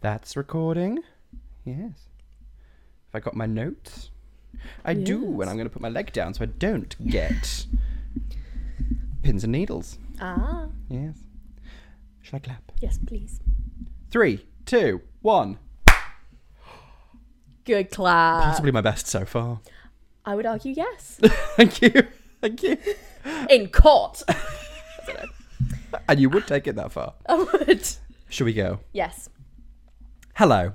That's recording. Yes. Have I got my notes? I do, and I'm going to put my leg down so I don't get pins and needles. Ah, Yes. Shall I clap? yes, please. Three, two, one. Good clap. Possibly my best so far. I would argue yes. Thank you. Thank you. In court, And you would take it that far. I would. Shall we go? Yes. Hello.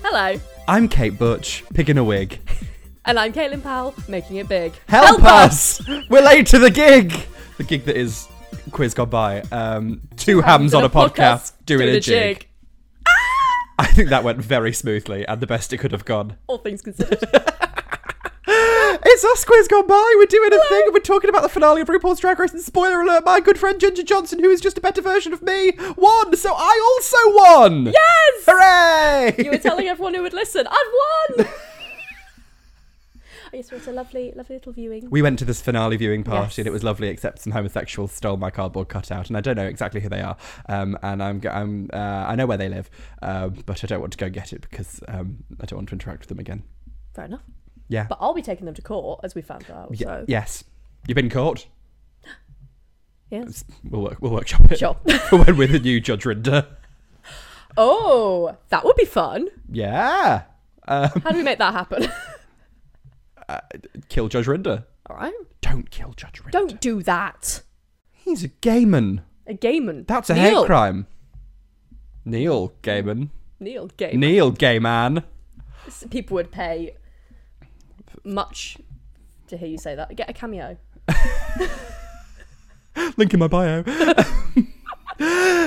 Hello, I'm Kate Butch, picking a wig. and I'm Caitlin Powell, making it big. Help, us! We're late to the gig! The gig that is quiz gone by. Um, two hams on a podcast, doing, a jig. I think that went very smoothly and the best it could have gone. All things considered. It's us quiz gone by. We're doing a thing and we're talking about the finale of RuPaul's Drag Race. And spoiler alert, my good friend Ginger Johnson, who is just a better version of me, won. So I also won. yes! Hooray! You were telling everyone who would listen, I've won! yes, it was a lovely, lovely little viewing. we went to this finale viewing party Yes. and it was lovely, except some homosexuals stole my cardboard cutout, and I don't know exactly who they are. Um, and I'm, g- I'm, uh, I know where they live, um, but I don't want to go get it because um, I don't want to interact with them again. Fair enough. Yeah. But I'll be taking them to court, as we found out. Ye- so. Yes. You've been caught. Yes. We'll work. We'll workshop it. Sure. For when we're the new Judge Rinder. Oh, that would be fun. Yeah. How do we make that happen? Kill Judge Rinder. All right. Don't kill Judge Rinder. Don't do that. He's a gayman. A Gaiman. That's a Neil. hate crime. Neil Gaiman. Neil Gaiman. Neil Gayman. S- People would pay much to hear you say that. Get a cameo. Link in my bio.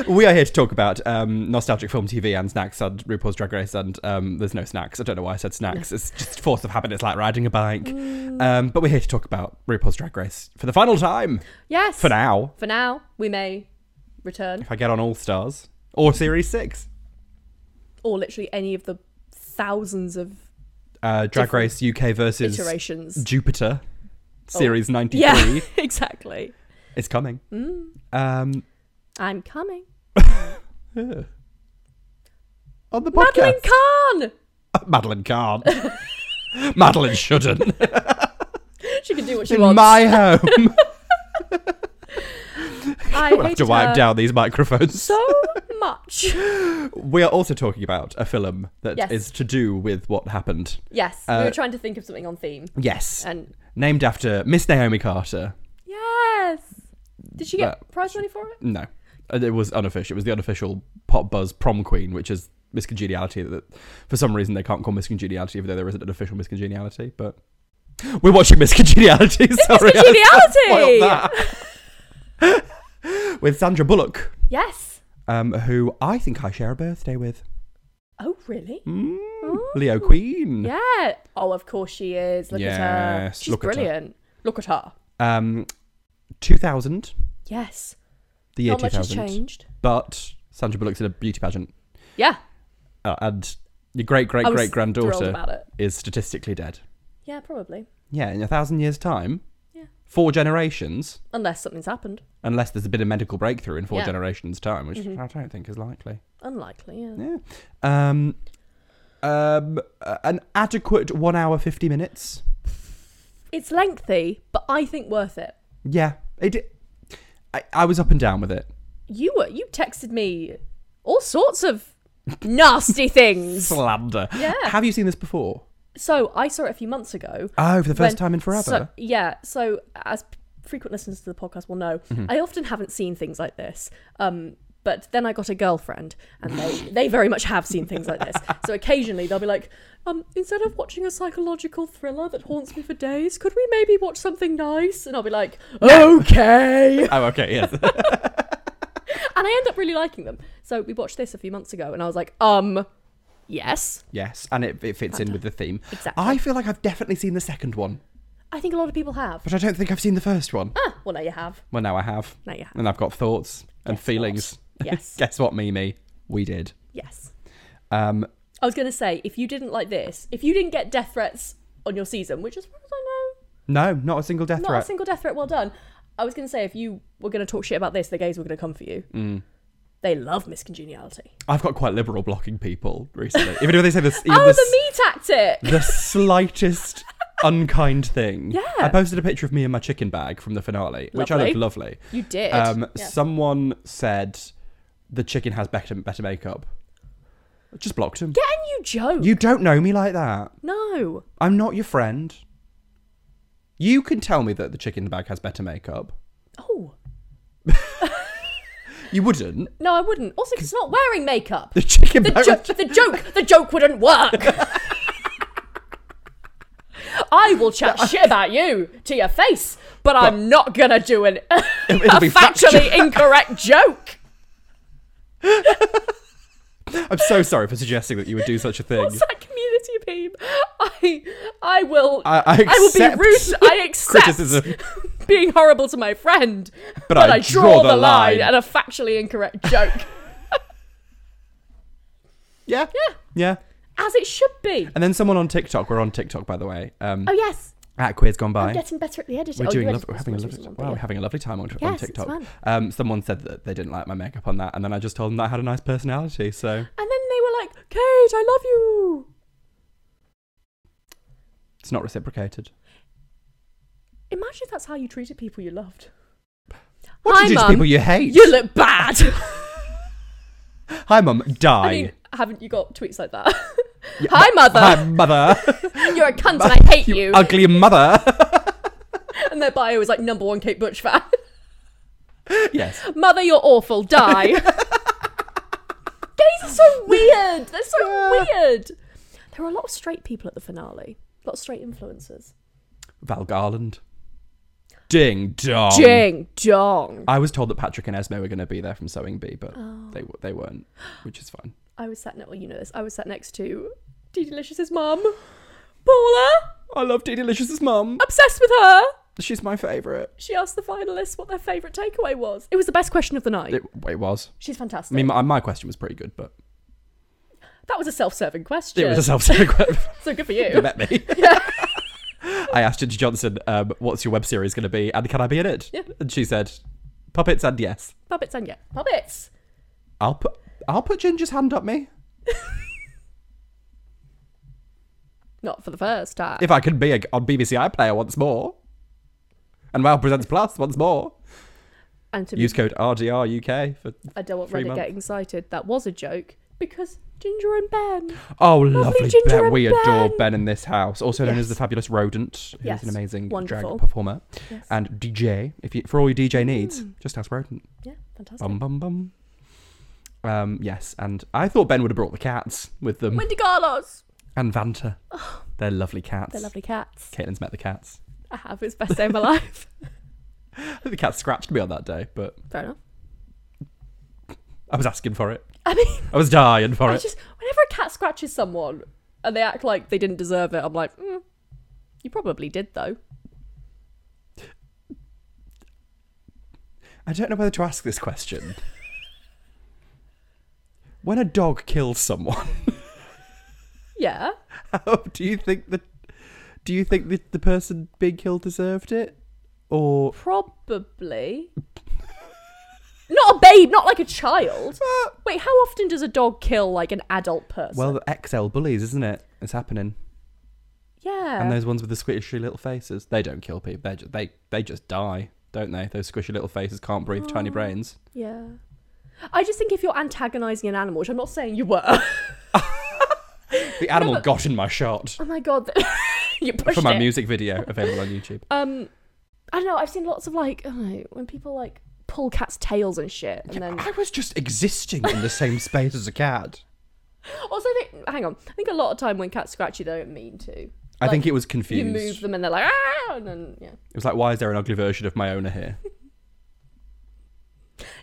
we are here to talk about um, nostalgic film, TV, and snacks, and RuPaul's Drag Race, and um, there's no snacks. I don't know why I said snacks. It's just force of habit. It's like riding a bike. Um, but we're here to talk about RuPaul's Drag Race for the final time. Yes. For now, For now, we may return, if I get on All Stars or Series Six, or literally any of the thousands of uh, Drag Different Race UK versus iterations. Oh. Jupiter, Series ninety three. Yeah, Mm. exactly. It's coming. Um, I'm coming. ugh. on the podcast, Madeline Kahn! Madeline can't. Madeline shouldn't. She can do what she in wants. my home. I we'll have hate to wipe her down these microphones. so much. We are also talking about a film that is Yes. to do with what happened. Yes, Uh, we were trying to think of something on theme. Yes. And Named after Miss Naomi Carter. yes! Did she get That- prize money for it? No. Uh, It was unofficial. It was the unofficial Pop Buzz Prom Queen, which is Miss Congeniality that for some reason they can't call Miss Congeniality, even though there isn't an official Miss Congeniality, but we're watching Miss Congeniality, sorry. I Congeniality! spoiled that. with Sandra Bullock, Yes. um, who I think I share a birthday with. Oh, really? Mm, Ooh. Leo Queen. Yeah. Oh, of course she is. Look at her. Yes, She's look at her. brilliant. Look at her. Um, 2000, Yes. the year Not much has 2000. changed. But Sandra Bullock's in a beauty pageant. Yeah. Uh, and your great great I was great Thrilled granddaughter about it. is statistically dead. Yeah, probably. Yeah, in a thousand years' time, Yeah. four generations, Unless something's happened. unless there's a bit of medical breakthrough in four Yeah. generations' time, which Mhm. I don't think is likely. Unlikely. Yeah. Yeah. Um, um, uh, an adequate one hour, 50 minutes. It's lengthy, but I think worth it. Yeah. It, I, I was up and down with it. You were you texted me all sorts of nasty things. Slander. Yeah. Have you seen this before? So I saw it a few months ago. Oh, for the first when- time in forever. So, yeah. So as p- frequent listeners to the podcast will know, Mm-hmm. I often haven't seen things like this. Um, but then I got a girlfriend, and they, they very much have seen things like this. So occasionally they'll be like, um, instead of watching a psychological thriller that haunts me for days, could we maybe watch something nice? And I'll be like, okay. Oh, okay, yes. and I end up really liking them. So we watched this a few months ago, and I was like, um, yes, yes, and it, it fits in with the theme. exactly. I I, feel like I've definitely seen the second one, think a lot of people have. but I don't think I've seen the first one. Ah, well, now you have. Well, now I have. Now you have. And I've got thoughts and Guess what? feelings. Yes. Guess what, Mimi? We did. Yes. Um, I was going to say, if you didn't like this, if you didn't get death threats on your season, which as far as I no, not a single death know, not threat. Mm. a single death threat, well done. I was going to say, if you were going to talk shit about this, the gays were going to come for you. They love miscongeniality. I've got quite liberal blocking people recently. Even if they say this, even Oh, the, the me tactic! s- the slightest unkind thing. Yeah. I posted a picture of me in my chicken bag from the finale, which I looked lovely. You did. Um, Yeah. Someone said the chicken has better better makeup. I Just blocked him. Get a new joke. You don't know me like that. no. I'm not your friend. You can tell me that the chicken in the bag has better makeup. Oh. You wouldn't. No, I wouldn't. Also, 'cause it's not wearing makeup. The chicken The, bag. jo- the joke, the joke wouldn't work. I will chat shit about you to your face, but, I'm not gonna do an a it'll be factually incorrect joke. I'm so sorry for suggesting that you would do such a thing. What's that community meme? I I will I, I, I will be accept rude. I accept criticism, being horrible to my friend, but, but I draw, the, line at a factually incorrect joke, yeah, yeah, yeah. as it should be. And then someone on TikTok. We're on TikTok, by the way. Um, Oh yes, at Quiz Gone By. I'm getting better at the editing. we're oh, you doing. edit Lov- we're this having a most lovely. recent one, but Wow, yeah. we're having a lovely time on, on Yes, it's TikTok. fun. Um, someone said that they didn't like my makeup on that, and then I just told them that I had a nice personality. So And then they were like, Kate, I love you. it's not reciprocated. Imagine if that's how you treated people you loved. What Hi, do you do to Mum. people you hate? You look bad. Hi, mum. Die. I mean, haven't you got tweets like that? Yeah, Hi, mother. Hi, mother. You're a cunt and I hate you. Ugly mother. And their bio is like number one Kate Butch fan. yes. Mother, you're awful. Die. Gays are so weird. They're so weird. There were a lot of straight people at the finale. A lot of straight influencers. Val Garland. Ding dong. Ding dong. I was told that Patrick and Esme were going to be there from Sewing Bee, but they w- they weren't, which is fine. I was sat next. Well, you know this. I was sat next to Dee Delicious's mum, Paula. I love Dee Delicious's mum. Obsessed with her. She's my favourite. She asked the finalists what their favourite takeaway was. It was the best question of the night. It, it was. She's fantastic. I mean, my, my question was pretty good, but that was a self-serving question. it was a self-serving question. so good for you you. met me. I asked Ginger Johnson, um, "What's your web series going to be, and can I be in it?" Yeah. And she said, "Puppets and yes." Puppets and yeah, puppets. I'll put I'll put Ginger's hand up me Not for the first time. if I can be a, on BBC iPlayer once more, and Wow Presents Plus once more. and to Use use code RDR UK for I don't want free Reddit month. getting cited. That was a joke because Ginger and Ben. Oh, lovely, Ginger Ben. and We adore Ben. Ben in this house, also known as the Yes. fabulous Rodent, who's Yes. an amazing Wonderful. drag performer Yes. and DJ. If you, for all your DJ needs, Hmm. just ask Rodent. yeah, fantastic. Bum bum bum. Um, yes, and I thought Ben would have brought the cats with them Wendy Carlos. and Vanta. They're lovely cats. Oh. They're lovely cats. Caitlin's met the cats. I have. It's best day of my life. I think the cats scratched me on that day, but Fair enough. I was asking for it. I mean, I was dying for I it. just whenever a cat scratches someone and they act like they didn't deserve it, I'm like, mm, you probably did though. I don't know whether to ask this question. when a dog kills someone. Yeah. Oh, do you think that? Do you think that the person being killed deserved it, or Probably. not a babe, not like a child. Wait, how often does a dog kill like an adult person? well, the XL bullies, isn't it? It's happening, yeah. and those ones with the squishy little faces, they don't kill people. They just, they they just die, don't they? Those squishy little faces can't breathe, Mm. tiny brains. yeah. I just think if you're antagonizing an animal, which I'm not saying you were. The animal got in my shot oh my god. you pushed for my it. music video available on YouTube. Um I don't know, I've seen lots of like, I don't know, when people like pull cats' tails and shit and then I was just existing in the same space as a cat. Also, I think, hang on. I think a lot of time when cats scratch you, they don't mean to. I think Like, it was you confused. move them and they're like ah, and then yeah. It was like, why is there an ugly version of my owner here?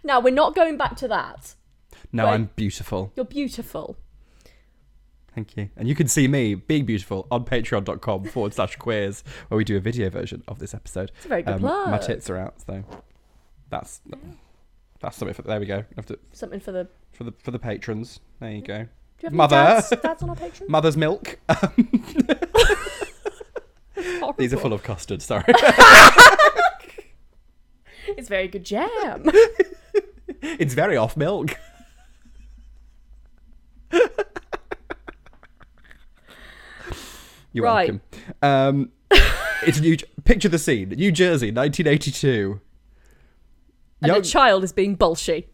Now we're not going back to that. No, Right. I'm beautiful. You're beautiful. Thank you. And you can see me being beautiful on patreon.com forward slash queers, where we do a video version of this episode. It's a very good plug. Um, my tits are out, so that's that's something for there we go. Have to- Something for the. Do for the for the patrons. There you go. you have Mother. any dads, dads on our Patreon? Mother's milk. These are full of custard, sorry. It's very good jam. it's very off milk. You're Right. welcome. Um, it's New. Picture the scene: New Jersey, 1982. And Young, a child is being bolshy.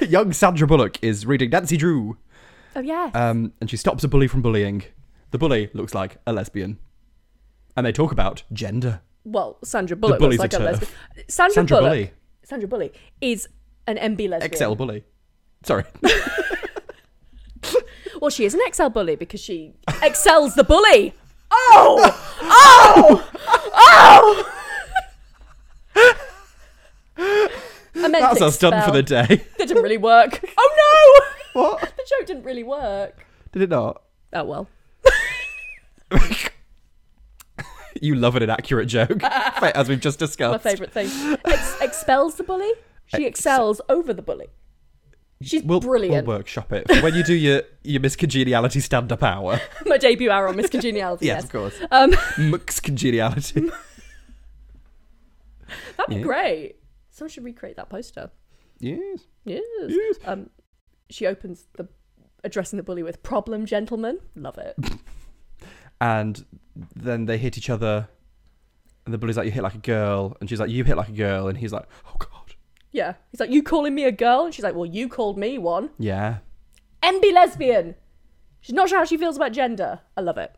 young Sandra Bullock is reading Nancy Drew, Oh yes. um, and she stops a bully from bullying. The bully looks like a lesbian, and they talk about gender. well, Sandra Bullock bully's looks like a a turf. lesbian. Sandra, Sandra Bullock. Bully, Sandra Bullock is an MB lesbian. XL bully. Sorry, Well, she is an Excel bully because she excels the bully. Oh! Oh! Oh! I meant that's to our stunt for Oh! expel. the day. That didn't really work. Oh no! what? the joke didn't really work. Did it not? Oh well. You love an inaccurate joke, as we've just My discussed. favourite thing. Ex- expels the bully. She excels over the bully. She's We'll, brilliant. we'll workshop it for when you do your your Miss Congeniality stand-up hour. My debut hour on Miss Congeniality. yes, yes. of course. Um, Mux Congeniality. that'd be Yeah. great. Someone should recreate that poster. yes. Yes. Yes. Um, she opens the addressing the bully with "problem, gentlemen." Love it. and then they hit each other. And the bully's like, "You hit like a girl," and she's like, "You hit like a girl," and he's like, "Oh god, Yeah. He's like, "You calling me a girl?" And she's like, "Well, you called me one." yeah." MB lesbian. She's not sure how she feels about gender. I love it.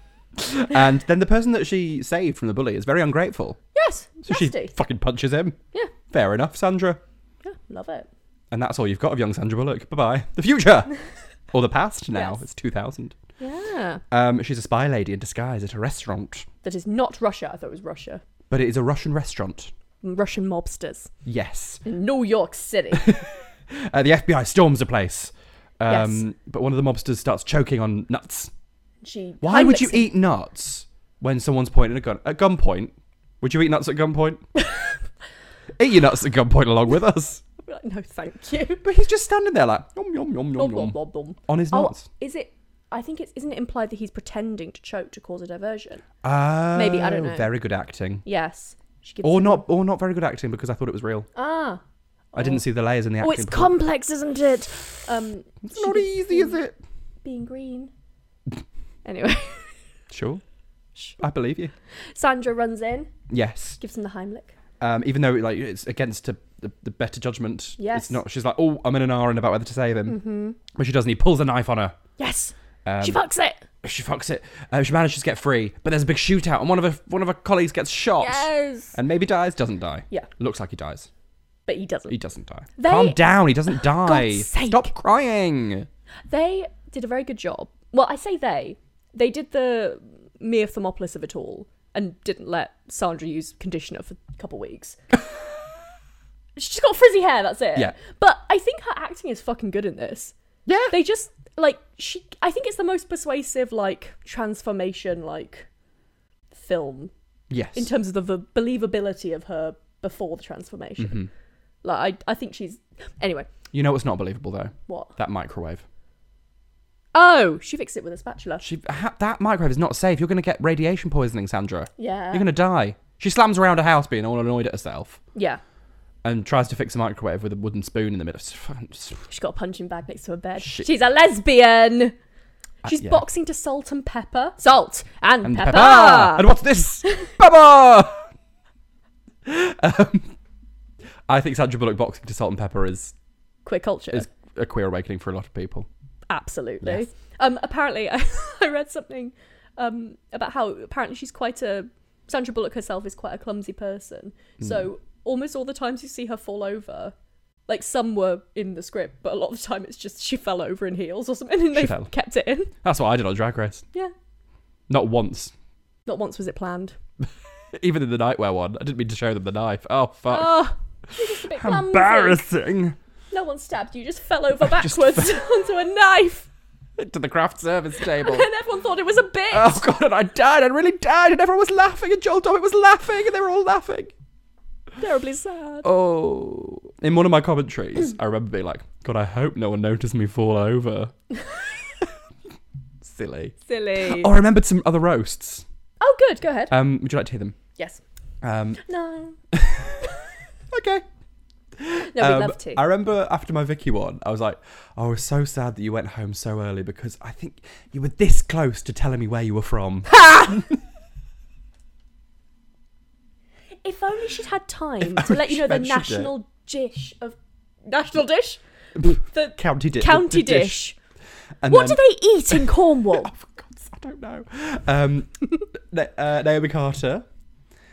and then the person that she saved from the bully is very ungrateful, Yes. so she nasty. fucking punches him. Yeah. Fair enough, Sandra. Yeah. Love it. And that's all you've got of young Sandra Bullock. Bye bye. The future, or the past. Now Yes. it's two thousand. Yeah. Um, she's a spy lady in disguise at a restaurant, That is not Russia. I thought it was Russia. but it is a Russian restaurant. Russian mobsters Yes. in New York City. Uh, the FBI storms the place. Um, Yes. But one of the mobsters starts choking on nuts. She. Why would you Heimlichs- eat nuts when someone's pointing a gun at gunpoint? Would you eat nuts at gunpoint? eat your nuts at gunpoint along with us. No, thank you. But he's just standing there like yum yum yum yum Nom, nom, yum nom, nom. on his Oh, nuts. is it? I think it's isn't it implied that he's pretending to choke to cause a diversion? Oh, Maybe, I don't know. Very good acting, Yes. She gives or not, or not very good acting because I thought it was real. Ah. I didn't see the layers in the Oh, acting. it's part. complex, isn't it? Um, It's she not gives easy, is him it? Being green. Anyway, Sure, Sure. I believe you. Sandra runs in, Yes, gives him the Heimlich. um, even though like it's against a, the, the better judgment. it's Yes. not. She's like, oh, I'm in an R and about whether to save him, Mm-hmm. but she doesn't. He pulls a knife on her. Yes, Um, she fucks it. she fucks it. Uh, she manages to get free, but there's a big shootout, and one of her one of her colleagues gets shot Yes, and maybe dies. Doesn't die. Yeah. looks like he dies. but he doesn't. He doesn't die. They- Calm down. He doesn't die. God's sake. Stop crying. They did a very good job. Well, I say they. They did the mere Thermopolis of it all and didn't let Sandra use conditioner for a couple weeks. She's just got frizzy hair, that's it. Yeah. But I think her acting is fucking good in this. Yeah. They just, like, she. I think it's the most persuasive, like, transformation, like, film Yes. in terms of the v- believability of her before the transformation. Mhm. Like, I, I think she's. Anyway, You know what's not believable though? what? That microwave. Oh, she fixed it with a spatula. She ha- that microwave is not safe. You're going to get radiation poisoning, Sandra. Yeah. You're going to die. She slams around her house, being all annoyed at herself, Yeah. and tries to fix a microwave with a wooden spoon in the middle. She's got a punching bag next to her bed. Shit. Uh, She's a lesbian. She's yeah. boxing to salt and pepper. Salt and, and pepper. pepper. And what's this? pepper. Um, I think Sandra Bullock boxing to salt and pepper is Queer culture. Is- a queer awakening for a lot of people. Absolutely. Yes. Um, apparently, I, I read something um, about how apparently she's quite a. Sandra Bullock herself is quite a clumsy person. Hmm. So almost all the times you see her fall over, like some were in the script, but a lot of the time it's just she fell over in heels or something and She they fell. kept it in. That's what I did on Drag Race. Yeah. Not once. Not once was it planned. Even in the nightwear one, I didn't mean to show them the knife. Oh fuck! Oh, you're just a bit clumsy. Embarrassing No one stabbed you, just fell over I just backwards onto a knife. to the craft service table. And everyone thought it was a bitch. oh god! And I died. I really died. And everyone was laughing. And Joel Dommett was laughing. And they were all laughing. Terribly sad. Oh. In one of my commentaries, I remember being like, God, I hope no one noticed me fall over. Silly. Silly. Oh, I remembered some other roasts. Oh, good. Go ahead. Um, would you like to hear them? yes. Um, No. okay. No, we'd love to. Um, I remember after my Vicky one, I was like, oh, I was so sad that you went home so early because I think you were this close to telling me where you were from. If only she'd had time to let you know the only she'd mentioned national dish of national dish, the county dish. county the dish. And What then- do they eat in Cornwall? Oh, for God's sake, I don't know. Um, Na- uh, Naomi Carter.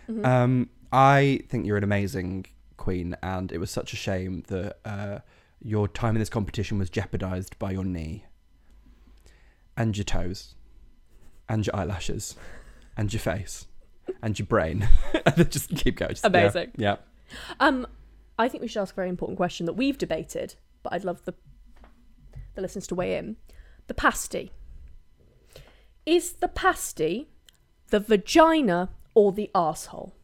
Mm-hmm. Um, I think you're an amazing queen, and it was such a shame that uh, your time in this competition was jeopardized by your knee, and your toes, and your eyelashes, and your face, and your brain. And then just keep going. Just- yeah, Amazing. Yeah. Um, I think we should ask a very important question that we've debated, but I'd love the the listeners to weigh in. The pasty. Is the pasty the vagina or the asshole?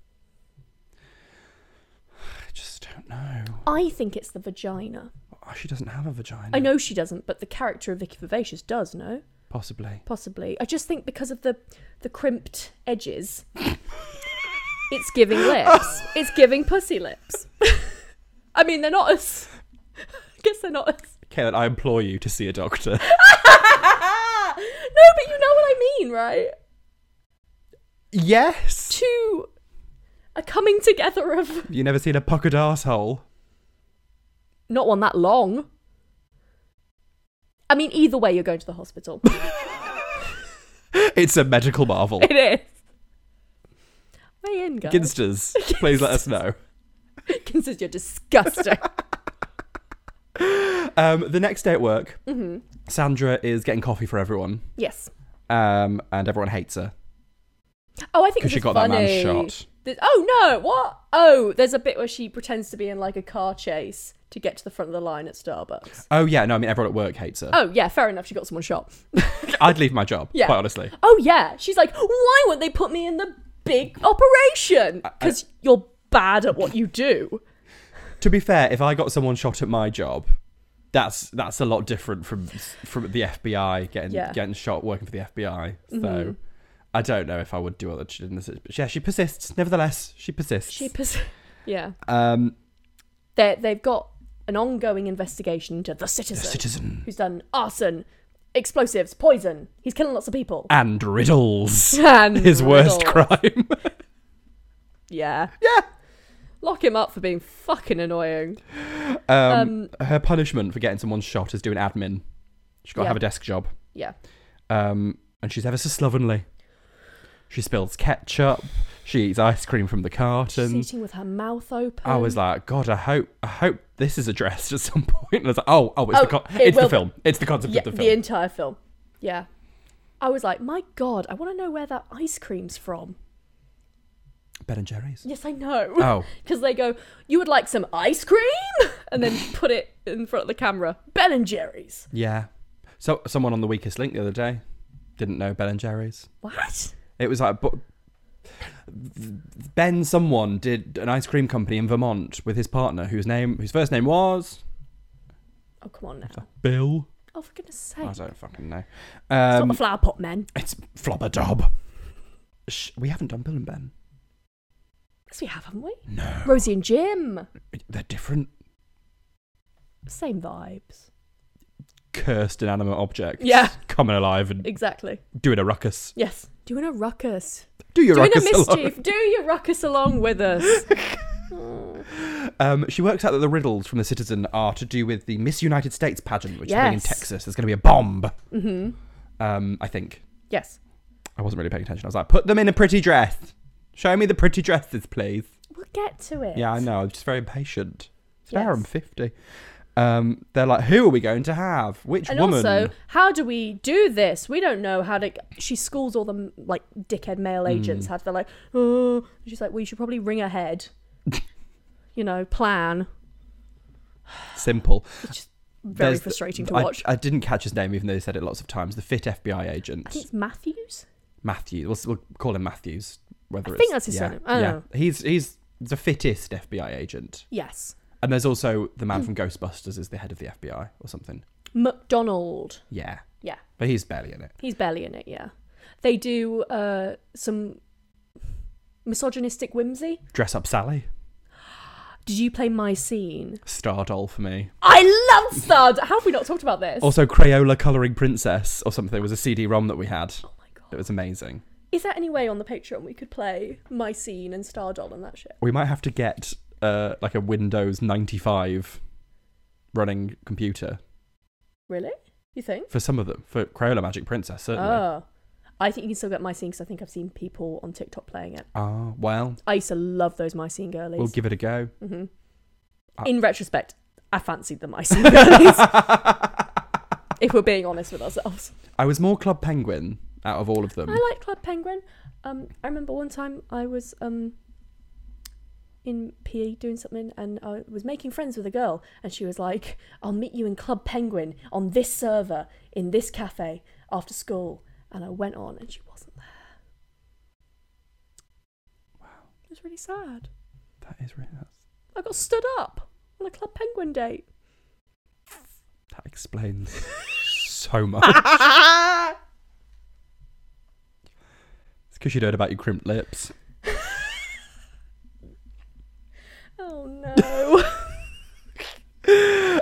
I just don't know. I think it's the vagina. Oh, she doesn't have a vagina. I know she doesn't, but the character of Vicky Vivacious does, no? Possibly. Possibly. I just think because of the the crimped edges, it's giving lips. It's giving pussy lips. I mean, they're not as. I guess they're not as. Caitlin, I implore you to see a doctor. no, but you know what I mean, right? yes. Two. A coming together of You never seen a puckered asshole. not one that long. I mean, either way, you're going to the hospital. It's a medical marvel. it is. Weigh in, guys. Ginsters, please let us know. Consider you're disgusting. Um, the next day at work, Mm-hmm. Sandra is getting coffee for everyone, yes. um, and everyone hates her Oh, I think because this she is got that funny. man shot. Th- oh no! What? Oh, there's a bit where she pretends to be in like a car chase to get to the front of the line at Starbucks. Oh yeah, no, I mean everyone at work hates her. Oh yeah, fair enough. She got someone shot. I'd leave my job, Yeah. quite honestly. Oh yeah, she's like, why won't they put me in the big operation? Because you're bad at what you do. To be fair, if I got someone shot at my job, that's that's a lot different from from the FBI getting Yeah. Mm-hmm. getting shot working for the FBI. So I don't know if I would do what she did in this. But yeah, she persists. Nevertheless, she persists. She pers- yeah. um, They they've got an ongoing investigation into the citizen, citizen who's done arson, explosives, poison. He's killing lots of people. and riddles. And His worst riddle. crime. Yeah. yeah. Lock him up for being fucking annoying. Um, her punishment for getting someone shot is doing admin. She's got to Yeah. have a desk job. Yeah. Um, and she's ever so slovenly. She spills ketchup. She eats ice cream from the She's carton. eating with her mouth open. I was like, God, I hope, I hope this is addressed at some point. And I was like, Oh, oh, it's Oh, the, con- it it's the will- film. It's the concept yeah, of the the, film. entire film. Yeah. I was like, my god, I want to know where that ice cream's from. ben and Jerry's. Yes, I know. Oh, Because they go, you would like some ice cream? And then put it in front of the camera. Ben and Jerry's. yeah. So someone on the Weakest Link the other day didn't know Ben and Jerry's. What? It was like, but Ben, someone did an ice cream company in Vermont with his partner, whose name, whose first name was Oh, come on now. Bill. Oh, for goodness sake. I It's don't fucking know. not Um, the flower pot men. it's Flubberdob. Sh- we haven't done Bill and Ben. Yes, we have, haven't we? No, Rosie and Jim. they're different. Same vibes. Cursed inanimate objects. Yeah. coming alive and Exactly. doing a ruckus. Yes. Doing a ruckus. Do your Doing ruckus a along. mischief. Do your ruckus along with us. Oh. Um, she works out that the riddles from the Citizen are to do with the Miss United States pageant, which is being in Yes. Texas. There's going to be a bomb. mm-hmm. Um, I think. Yes. I wasn't really paying attention. I was like, put them in a pretty dress. Show me the pretty dresses, please. We'll get to it. Yeah, I know. I'm just very impatient. It's an hour Yes. and 50. Um, they're like, who are we going to have? Which And woman? also, how do we do this? We don't know how to. She schools all the like dickhead male Hmm. agents. How to, they're like, oh, she's like, well, you should probably ring ahead. you know, plan. Simple. Very There's the- frustrating to I- watch. I, I, didn't catch his name, even though they said it lots of times. The fit FBI agent, think it's Matthews. Matthews. We'll, we'll call him Matthews. Whether I it's, think that's his surname. I don't know. he's he's the fittest FBI agent. Yes, And there's also the Hmm. man from Ghostbusters is the head of the FBI or something. McDonald. Yeah, Yeah, but he's barely in it. he's barely in it. Yeah, they do uh, some misogynistic whimsy. Dress up Sally. Did you play my scene? Star doll for me. I love Star. How have we not talked about this? Also, Crayola Colouring Princess or something was a CD-ROM that we had. oh my It god. was amazing. Is there any way on the Patreon we could play my scene and Star Doll and that shit? We might have to get uh, like a Windows 95 running computer Really? You think? for some of them for Crayola Magic Princess certainly. Oh. I think you can still get my scene because I think I've seen people on TikTok playing it. Ah, well, I used to love those my scene girlies. we'll Ah. give it a go. Mhm. I- In retrospect, I fancied the my scene girlies. if we're being honest with ourselves. I was more Club Penguin out of all of them. I like Club Penguin. Um, I remember one time I was um, in PE doing something and I was making friends with a girl, and she was like, I'll meet you in Club Penguin on this server in this cafe after school. And I went on, and she wasn't there. Wow. It was really sad. That is really that's, I got stood up on a Club Penguin date. that explains so much. It's because you heard about your crimped lips. Oh no.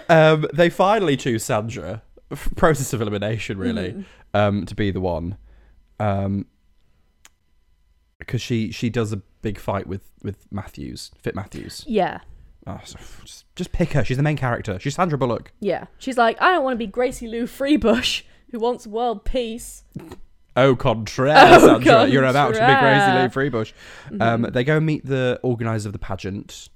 Um, they finally choose Sandra. F- Process of elimination, Mm-hmm. really, um, to be the one, um, because she she does a big fight with with Matthews, Fit Matthews. yeah. Oh, so f- just, just pick her. She's the main character. She's Sandra Bullock. Yeah. She's like, I don't want to be Gracie Lou Freebush, who wants world peace. Au contraire, Au Oh, Sandra. You're about to be contraire. crazy, Lou Freebush. Um, they go and meet the organizer of the pageant,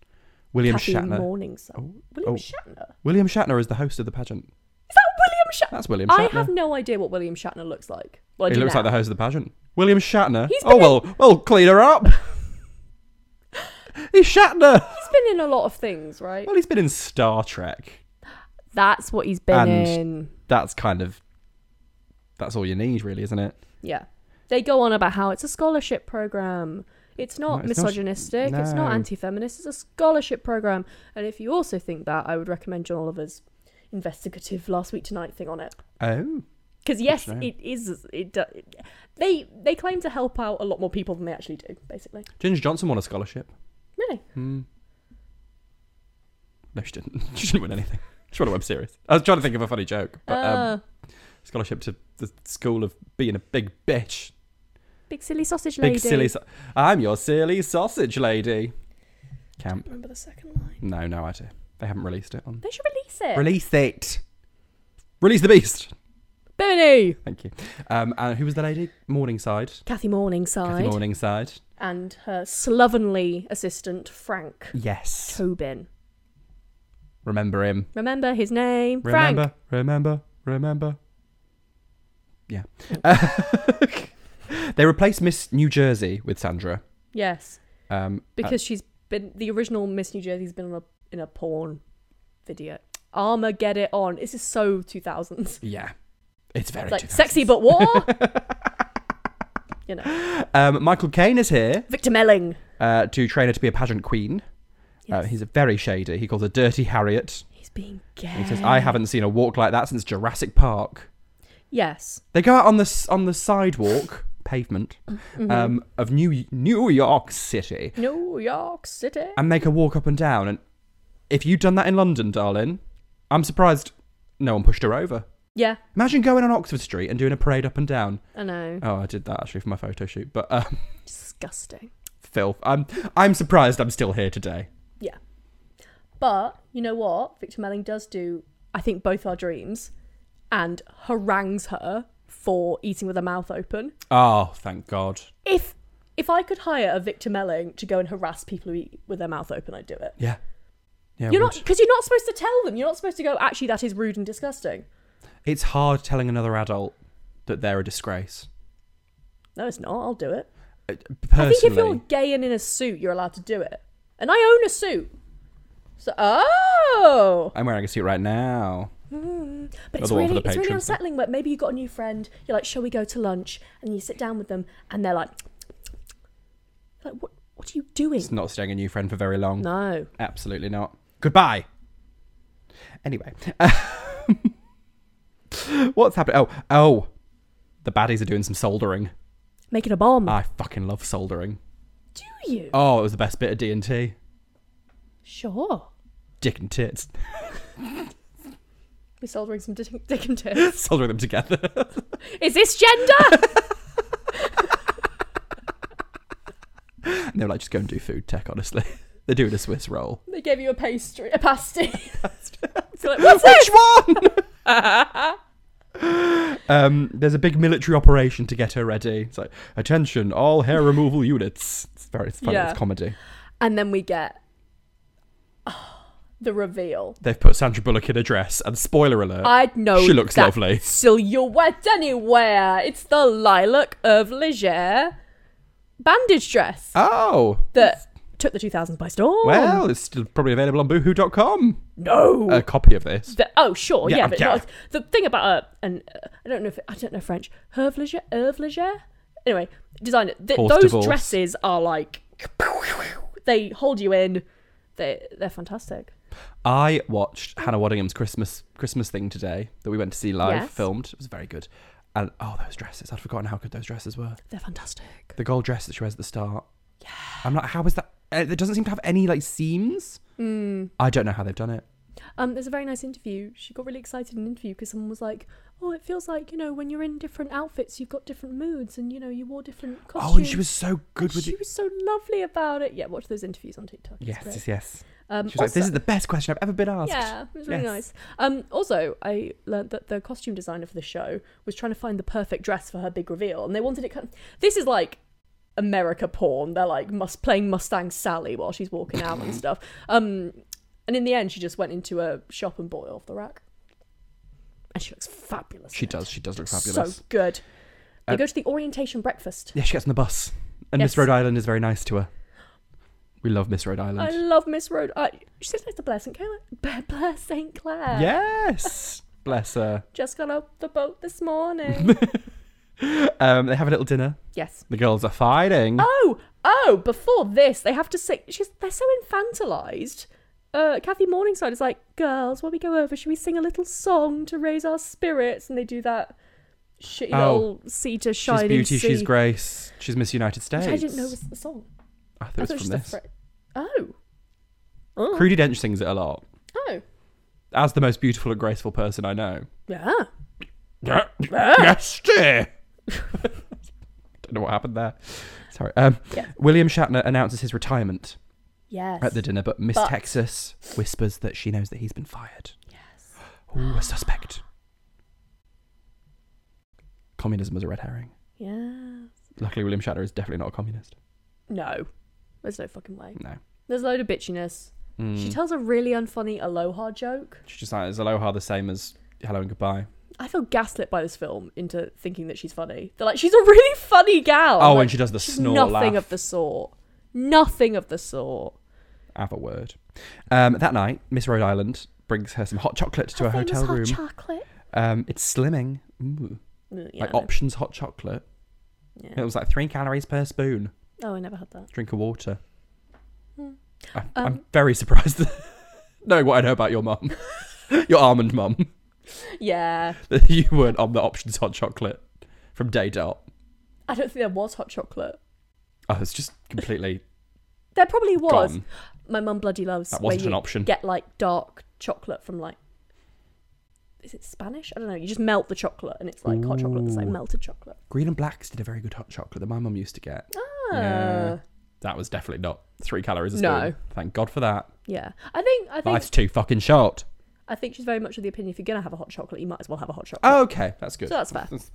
William Kathy Shatner. Morningside. Oh, William oh. Shatner? William Shatner is the host of the pageant. Is that William Shatner? That's William I Shatner. have no idea what William Shatner looks like. Well, I he do looks now. like the host of the pageant. William Shatner. He's oh been well, well, clean her up. he's Shatner. He's been in a lot of things, right? Well, he's been in Star Trek. That's what he's been And- in. That's kind of that's all you need, really, isn't it? Yeah. They go on about how it's a scholarship program. It's not No, it's not- misogynistic. It's no. not anti-feminist. It's a scholarship program. And if you also think that, I would recommend John Oliver's investigative last week tonight thing on it. Oh, Because yes, to know. it is. It, do- it they they claim to help out a lot more people than they actually do. Basically, Ginger Johnson won a scholarship. really. Hmm. No, she didn't. She didn't win anything. She won a web series. I was trying to think of a funny joke, but um, Uh, scholarship to the school of being a big bitch, big silly sausage lady. big silly. Sa- I'm your silly sausage lady. Camp. Remember the second line. No, no idea. They haven't released it on. They should release it. Release it. Release the beast. Bimini. Thank you. Um, and who was the lady? Morningside. Kathy Kathy Morningside Morningside. and her slovenly assistant Frank Yes. Tobin. Remember him. Remember his name, Remember. Frank. Remember. Remember. Yeah. they replaced Miss New Jersey with Sandra. Yes, Um, because she's been the original Miss New Jersey's been on a, in a porn video. Armor, get it on. This is so two thousands. yeah. It's very Like 2000s. sexy but war. you know. Um, Michael Caine is here Victor Melling. uh, to train her to be a pageant queen. Yes. Uh, he's a very shady. He calls her Dirty Harriet. he's being gay. He says, "I haven't seen a walk like that since Jurassic Park." Yes. They go out on the s- on the sidewalk pavement Mm-hmm. um, of New New York City New York City. and make her walk up and down. And if you'd done that in London, darling, I'm surprised no one pushed her over. Yeah, Imagine going on Oxford Street and doing a parade up and down. I know. Oh, I did that actually for my photo shoot, but um, Disgusting. filth. I'm I'm surprised I'm still here today. But you know what? Victor Melling does do, I think, both our dreams and harangues her for eating with her mouth open. Oh, thank God. If if I could hire a Victor Melling to go and harass people who eat with their mouth open, I'd do it. Yeah, yeah. You're would. not because you're not supposed to tell them. You're not supposed to go. Actually, that is rude and disgusting. It's hard telling another adult that they're a disgrace. No, it's not. I'll do it. Uh, I think if you're Personally, gay and in a suit, you're allowed to do it. And I own a suit. So oh. I'm wearing a suit right now. But it's Another one for really, the it's really patrons. unsettling. Where maybe you got a new friend, you're like, "Shall we go to lunch?" And you sit down with them, and they're like, "Like what? What are you doing?" It's not staying a new friend for very long. No. Absolutely not. Goodbye. Anyway, what's happening? Oh, oh, the baddies are doing some soldering. Make it a bomb. I fucking love soldering. do you? Oh, it was the best bit of D and T. Sure. Dick and tits. We're soldering some dick, dick and tits. Soldering them together. Is this gender? And they were like, just go and do food tech, honestly. They're doing a Swiss roll. they gave you a pastry, a pasty. so like, what's Which it? one? um, there's a big military operation to get her ready. It's like, attention, all hair removal units. It's very it's funny. Yeah. It's comedy. And then we get ah, the reveal. They've put Sandra Bullock in a dress, and spoiler alert, I'd know she looks that lovely. silhouette anywhere. It's the lilac of Leger bandage dress Oh, that took the 2000s by storm. well, it's still probably available on boohoo.com. no. A copy of this. The- oh sure, Yeah, yeah. but yeah. like, the thing about uh, and uh, I don't know if I don't know French. Herve Leger, Herve Leger. Anyway, designed it. Th- Forced those divorce. dresses are like they hold you in. They they're fantastic. I watched Hannah Waddingham's Christmas Christmas thing today that we went to see live, Yes. filmed. It was very good. And oh, those dresses! I'd forgotten how good those dresses were. They're fantastic. The gold dress that she wears at the start. Yeah. I'm like, how is that? uh, It doesn't seem to have any like seams. Mm. I don't know how they've done it. Um, there's a very nice interview. She got really excited in an interview because someone was like, "Oh, it feels like you know when you're in different outfits, you've got different moods, and you know you wore different costumes." Oh, and she was so good And with she it. was so lovely about it. Yeah, watch those interviews on TikTok. It's Yes, great. yes, yes. Um, She was like, also- this is the best question I've ever been asked. Yeah, it was really Yes. nice. Um, also, I learnt that the costume designer for the show was trying to find the perfect dress for her big reveal, and they wanted it kind of. This is like America porn. They're like must playing Mustang Sally while she's walking out and stuff. Um, and in the end, she just went into a shop and bought it off the rack, and she looks fabulous. She in it. does. She does look Looks fabulous. So good. They Uh, go to the orientation breakfast. Yeah, she gets on the bus, and Miss Yes. Rhode Island is very nice to her. We love Miss Rhode Island. I love Miss Rhoda. I, she sits next to Blair St. Clair. Blair St. Clair. yes, bless her. Just got off the boat this morning. Um, they have a little dinner. yes. The girls are fighting. Oh, oh, before this, they have to say, she's, they're so infantilized. Uh, Kathy Morningside is like, girls, when we go over, should we sing a little song to raise our spirits? And they do that shitty Oh. little sea to shine she's beauty, and sea. she's grace, she's Miss United States. Which I didn't know was the song. I I thought thought it was it was from just this. a phrase. Oh. Oh. Crudie Dench sings it a lot. oh. As the most beautiful and graceful person I know. Yeah. yes, dear. Don't know what happened there. Sorry. Um, Yeah. William Shatner announces his retirement Yes. at the dinner, but Miss But- Texas whispers that she knows that he's been fired. yes. Ooh, a suspect. Communism was a red herring. Yes. Luckily, William Shatner is definitely not a communist. No. There's no fucking way. No. There's a load of bitchiness. Hmm. She tells a really unfunny aloha joke. She's just like, is aloha the same as hello and goodbye? I feel gaslit by this film into thinking that she's funny. They're like, she's a really funny gal. Oh, Like, and she does the she's snort Nothing laugh. of the sort. Nothing of the sort. Have a word. Um, that night, Miss Rhode Island brings her some hot chocolate to her Famous hotel hot room. chocolate. um, it's slimming. Ooh. Mm, yeah, like no. options hot chocolate. Yeah. It was like three calories per spoon. Oh, I never had that. Drink of water. Hmm. I, I'm Um, very surprised knowing what I know about your mum, your almond mum, Yeah. that you weren't on the options hot chocolate from day dot. I don't think there was hot chocolate. I was just completely There probably was. gone. My mum bloody loves That where wasn't you an option. get like dark chocolate from like. Is it Spanish? I don't know. You just melt the chocolate and it's like hot chocolate that's like Ooh. melted chocolate. Green and Blacks did a very good hot chocolate that my mum used to get. Ah. Yeah. That was definitely not three calories a spoon. No. Thank God for that. Yeah. I think I think Life's too fucking short. I think she's very much of the opinion if you're gonna have a hot chocolate, you might as well have a hot chocolate. Okay, that's good. So that's fair. That's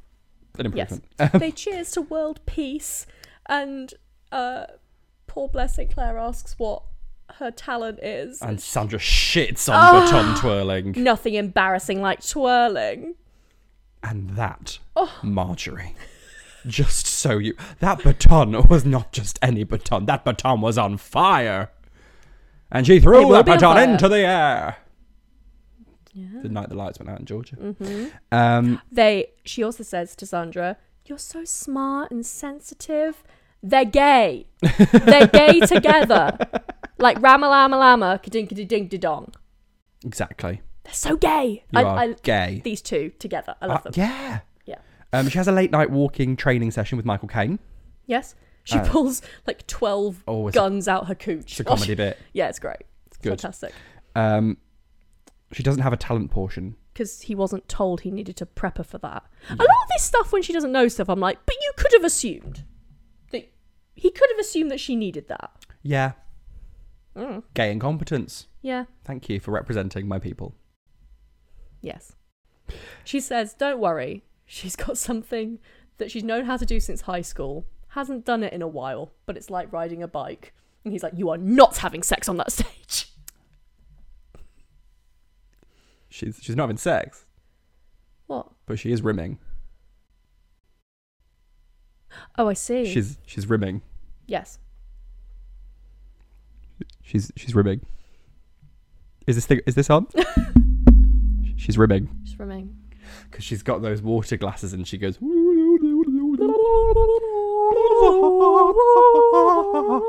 an Yes. improvement. they cheers to world peace, and uh, poor Blair St. Clair asks what her talent is. And Sandra shits on Oh. the tongue twirling. Nothing embarrassing like twirling. And that, Oh. Marjorie. Just so you. That baton was not just any baton. That baton was on fire. And she It threw will that be on baton fire. into the air. Yeah. The night the lights went out in Georgia. Um, Mm-hmm. They. She also says to Sandra, "You're so smart and sensitive. They're gay. They're gay together. Like ramalama kadinka ding dong. exactly. They're so gay. You I, are I gay. these two together. I Uh, love them. yeah. Yeah. Um, she has a late night walking training session with Michael Caine. Yes." She pulls like 12 Oh, it's a- guns out her cooch. It's a comedy bit. Yeah, it's great. It's Good. Fantastic. Um, she doesn't have a talent portion. Because he wasn't told he needed to prep her for that. A lot of this stuff, when she doesn't know stuff, I'm like, but you could have assumed that he could have assumed that she needed that. Yeah. Mm. Gay incompetence. Yeah. Thank you for representing my people. Yes. She says, Don't worry. She's got something that she's known how to do since high school, hasn't done it in a while, but it's like riding a bike. And he's like, You are not having sex on that stage. She's she's not having sex, What? but she is rimming. Oh, I see. She's she's rimming. yes. She's she's rimming. Is this thing is this on? she's rimming She's rimming. because she's got those water glasses and she goes.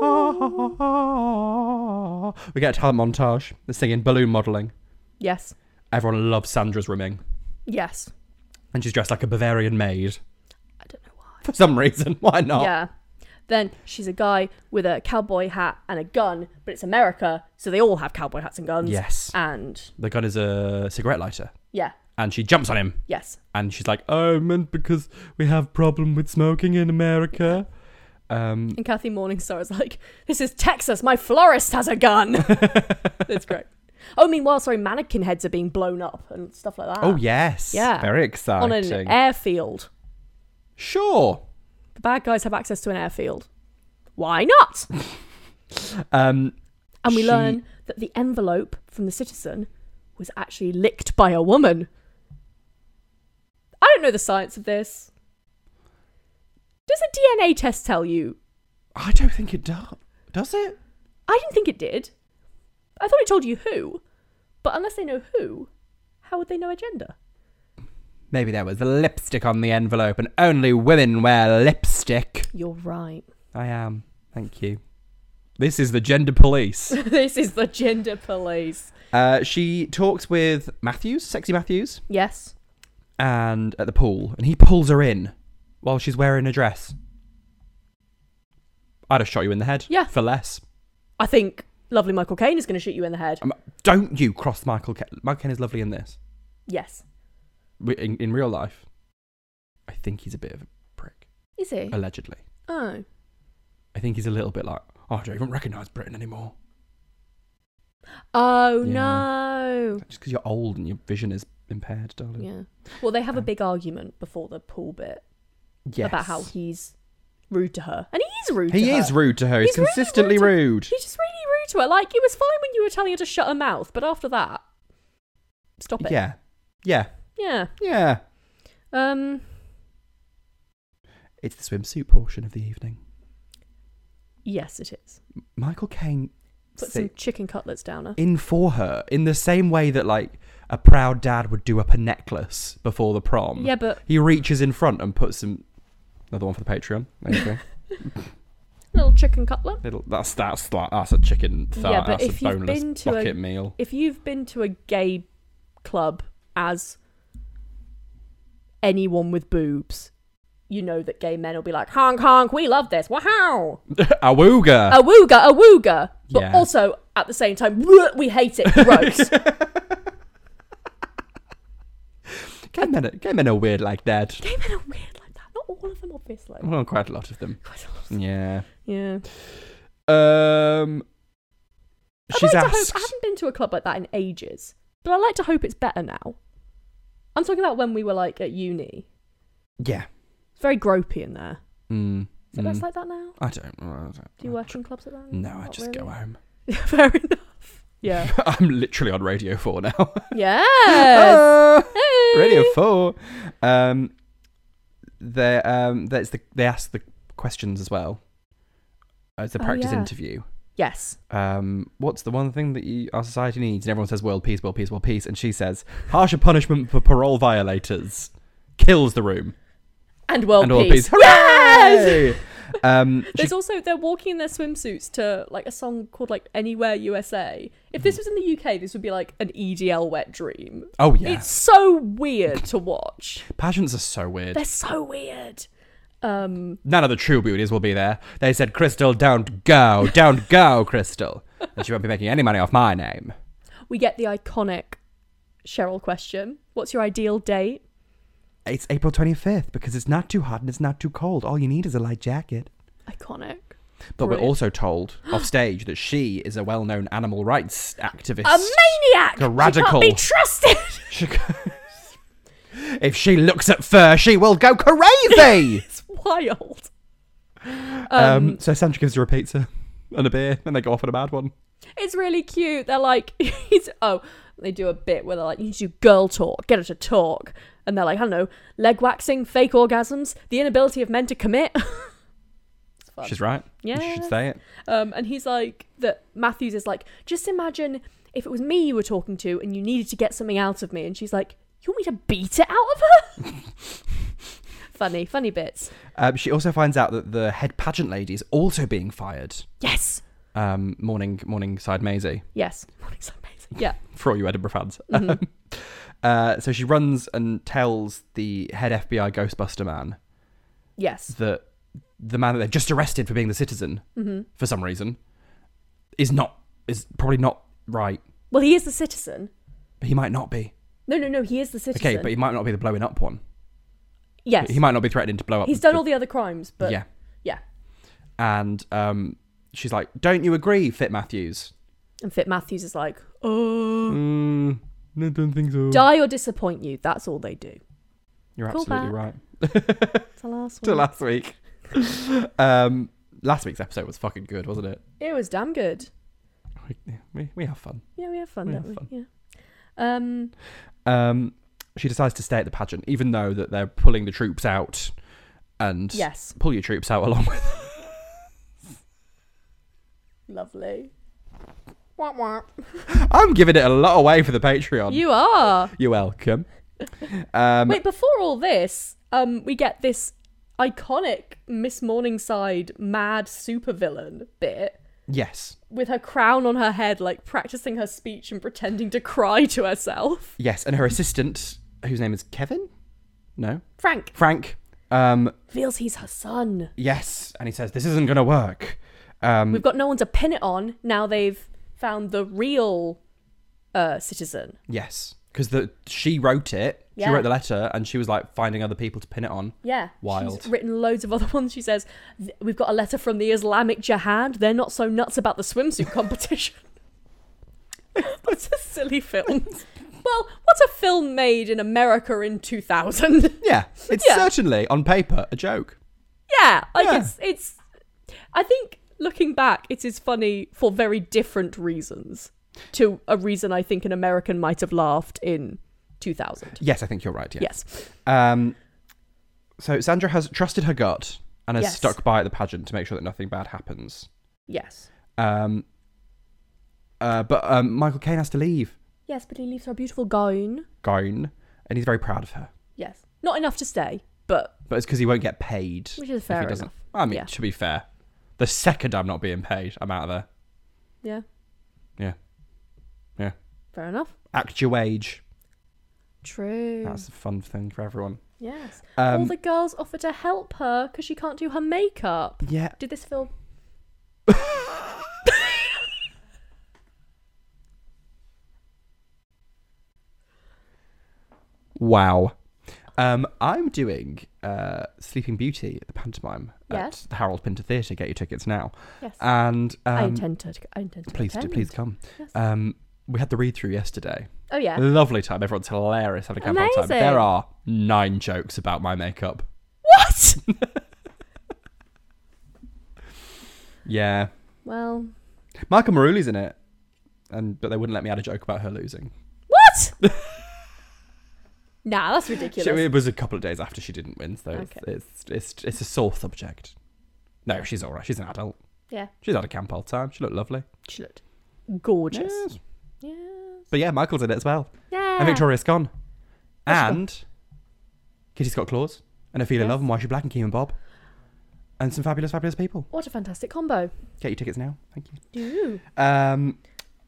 We get a talent montage. They're singing balloon modeling. Yes. Everyone loves Sandra's rimming, Yes. and she's dressed like a Bavarian maid I don't know why. for some reason. Why not? Yeah. Then she's a guy with a cowboy hat and a gun, but it's America, so they all have cowboy hats and guns. Yes. And The gun is a cigarette lighter, yeah, and she jumps on him. yes. and she's like, "Oh, I meant because we have problem with smoking in America." Um, And Kathy Morningstar is like, "This is Texas. My florist has a gun." That's great. Oh, meanwhile, sorry, mannequin heads are being blown up and stuff like that. oh yes, Ah, Yeah. very on exciting. an airfield. sure. The bad guys have access to an airfield. Why not? Um, And we She- learn that the envelope from the citizen was actually licked by a woman. I don't know the science of this. Does a DNA test tell you? I don't think it does. Does it? I didn't think it did. I thought it told you who, but unless they know who, how would they know a gender? Maybe there was lipstick on the envelope, and only women wear lipstick. You're right. I am. Thank you. This is the gender police. this is the gender police. uh, she talks with Matthews, sexy Matthews, Yes. and at the pool, and he pulls her in while she's wearing a dress. I'd have shot you in the head. Yeah. For less. I think lovely Michael Caine is going to shoot you in the head. Um, don't you cross Michael Caine. Michael Caine is lovely in this. Yes. Re- In, in real life, I think he's a bit of a prick. Is he? Allegedly. Oh. I think he's a little bit like, oh, I don't even recognise Britain anymore. Oh, Yeah. no. Just because you're old and your vision is impaired, darling. Yeah. Well, they have a Um, big argument before the pool bit Yes. about how he's rude to her, and he is rude. to He is Her. rude to her. He's, He's really consistently rude to- rude. He's just really rude to her. Like it was fine when you were telling her to shut her mouth, but after that, stop it. Yeah. Yeah. Yeah. Yeah. Um. It's the swimsuit portion of the evening. Yes, it is. Michael Caine Put si- some chicken cutlets down her. in for her in the same way that like a proud dad would do up a necklace before the prom. Yeah, but He reaches in front and puts some. Another one for the Patreon. There you go. little chicken cutlet. Little, that's that's that- that's a chicken. That, Yeah, but that's if a you've boneless been to a- bucket meal. If you've been to a gay club as anyone with boobs, you know that gay men will be like honk honk. We love this. Wow. Awooga. a wooga, a wooga, but Yeah. also at the same time, "Bleh, we hate it. Gross. Gay men, are, gay men are weird like that. Gay men are weird like that. Not all of them, obviously. Well, quite a lot of them. Quite a lot of them. Yeah. Yeah. Um. I'd she's like asked. to hope. I haven't been to a club like that in ages, but I like to hope it's better now. I'm talking about when we were like at uni. yeah. It's very gropey in there. Mm, Is it less mm. like that now? I don't. I don't Do you work in clubs like that? No, I Not just go really. home. Fair enough. Yeah. I'm literally on Radio Four now. yes. Ah! Hey! Radio Four. Um, they um, that's the they ask the questions as well. Uh, It's a Oh, practice yeah. interview. Yes. Um, what's the one thing that you, our society needs? And everyone says world peace, world peace, world peace. And she says harsher punishment for parole violators kills the room And world and peace. world peace. Yes. Hooray! um, she- There's also they're walking in their swimsuits to like a song called like Anywhere USA. If Mm-hmm. this was in the UK, this would be like an EDL wet dream. oh yeah, It's so weird to watch. pageants are so weird. They're so weird. Um None of the true beauties will be there. They said, Crystal, don't go, don't go, Crystal. and she won't be making any money off my name. We get the iconic Cheryl question. What's your ideal date? It's April 25th because it's not too hot and it's not too cold. All you need is a light jacket. Iconic. But Brilliant. we're also told off stage that she is a well known animal rights activist. A maniac. A She radical. can't be trusted. She go- if she looks at fur, she will go crazy. it's wild. um, so Sandra gives her a pizza and a beer, and they go off on a bad one. It's really cute. They're like, he's, oh, they do a bit where they're like, you need to do girl talk, get her to talk. And they're like, I don't know, leg waxing, fake orgasms, the inability of men to commit. It's fun. She's right. She should Yes. say it. Um, and he's like, that Matthews is like, just imagine if it was me you were talking to and you needed to get something out of me. And she's like, you want me to beat it out of her? funny, funny bits. Um, she also finds out that the head pageant lady is also being fired. Yes. Um, morning, morning side Maisie. Yes. Morning's amazing. Yeah. Mm-hmm. for all you Edinburgh fans. uh, so she runs and tells the head FBI Ghostbuster man Yes. that the man that they've just arrested for being the citizen Mm-hmm. for some reason is not is probably not right. Well, he is the citizen. He might not be No, no, no. He is the citizen. okay, but he might not be the blowing up one. yes. He might not be threatening to blow up. He's done all the other crimes, but yeah, yeah. and um, she's like, "Don't you agree, Fit Matthews?" And Fit Matthews is like, oh, Mm, no, don't think so. die or disappoint you. That's all they do. You're Call absolutely back. right. It's the last To one. last week. um, last week's episode was fucking good, wasn't it? It was damn good. We, we, we have fun. Yeah, we have fun, We don't have we? fun. Yeah. Um, Um, she decides to stay at the pageant, even though that they're pulling the troops out. And yes. pull your troops out along with. Lovely. Womp womp. I'm giving it a lot away for the Patreon. You are. You're welcome. Um, Wait, before all this, um, we get this iconic Miss Morningside mad supervillain bit Yes, with her crown on her head, like practicing her speech and pretending to cry to herself. yes, and her assistant, whose name is Kevin, no, Frank Frank. Um, feels he's her son. yes, and he says this isn't gonna work. Um, We've got no one to pin it on. Now they've found the real uh, citizen. yes, because the she wrote it. Yeah. She wrote the letter, and she was like finding other people to pin it on. Yeah. Wild. She's written loads of other ones. She says, "Th- We've got a letter from the Islamic Jihad. They're not so nuts about the swimsuit competition. That's a silly film. Well, what's a film made in America in 2000? Yeah, it's Yeah. certainly on paper a joke. yeah. Like Yeah. It's, it's. I think looking back, it is funny for very different reasons to a reason I think an American might have laughed in 2000. Yes, I think you're right. Yeah. Yes. Um, so Sandra has trusted her gut and has Yes. stuck by at the pageant to make sure that nothing bad happens. Yes. Um, uh, but um, Michael Caine has to leave Yes, but he leaves her a beautiful gown. Gone, and he's very proud of her. Yes. Not enough to stay, but But it's because he won't get paid. which is if he fair doesn't- enough. I mean, Yeah. to be fair, the second I'm not being paid, I'm out of there. Yeah, Yeah, fair enough. act your wage. True. That's a fun thing for everyone. Yes. Mm. All Um, the girls offer to help her because she can't do her makeup. yeah, Did this feel. Wow. Um, I'm doing uh, Sleeping Beauty at the pantomime Yes. at the Harold Pinter Theatre. Get your tickets now. Yes. And um, I intend to. I intend to. please do, attend. please come. Yes. Um, we had the read through yesterday. oh, yeah. Lovely time. Everyone's hilarious having a camp on time. Amazing. There are nine jokes about my makeup. What? Yeah, well, Michael Marulli's in it, and but they wouldn't let me add a joke about her losing. what? nah, that's ridiculous. She- it was a couple of days after she didn't win, so Okay. it's, it's it's it's a sore subject. No, she's all right. She's an adult. Yeah. She's had a camp all time. She looked lovely. She looked gorgeous. Yes. Yeah. But yeah, Michael's in it as well. Yeah. And Victoria Scone. What's she got? And Kitty's Got Claws. And Ophelia Yes. Love and Why She Black and Keeman Bob. And some fabulous, fabulous people. What a fantastic combo. Get your tickets now. Thank you. Do. Um,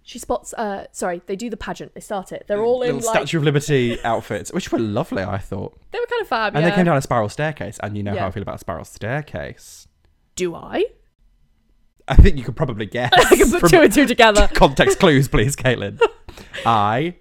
She spots. Uh, sorry, they do the pageant. They start it. They're all in Mm, little like Statue of Liberty outfits, which were lovely, I thought. they were kind of fab. And yeah. they came down a spiral staircase, and you know Yeah. how I feel about a spiral staircase. Do I? I think you could probably guess. I can put from two and two together. Context clues, please, Caitlin. I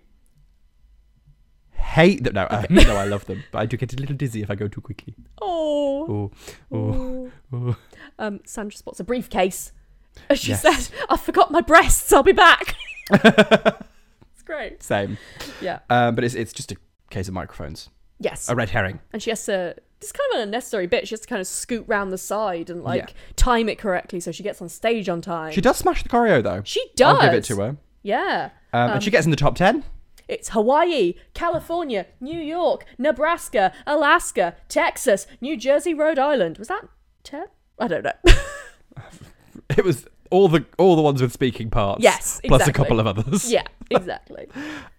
hate them. No, uh, no, I love them, but I do get a little dizzy if I go too quickly. Oh. Oh, oh, oh. Um, Sandra spots a briefcase. And she says, I forgot my breasts. I'll be back. it's great. Same. Yeah. Um, but it's it's just a case of microphones. Yes. A red herring. and she has to it's kind of an unnecessary bit she has to kind of scoot round the side and like Yeah. time it correctly so she gets on stage on time She does smash the choreo though. She does Um, I'll give it to her. Um, yeah and she gets in the top ten. it's hawaii california new york nebraska alaska texas new jersey rhode island was that ted i don't know It was all the all the ones with speaking parts. Yes, plus a exactly. couple of others. yeah exactly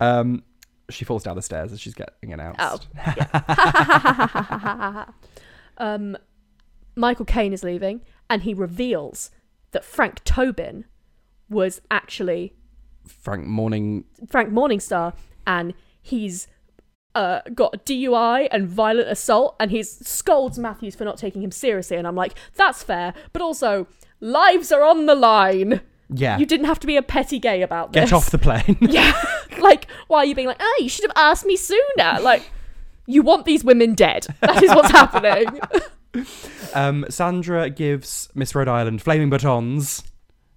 Um, she falls down the stairs as she's getting announced. Oh. um, Michael Caine is leaving, and he reveals that Frank Tobin was actually Frank Morning. Frank Morningstar, and he's uh, got DUI and violent assault, and he scolds Matthews for not taking him seriously. And I'm like, that's fair, but also lives are on the line. Yeah. You didn't have to be a petty gay about Get this. off the plane. yeah. like, why are you being like, oh, you should have asked me sooner? Like, you want these women dead. That is what's happening. um, Sandra gives Miss Rhode Island flaming batons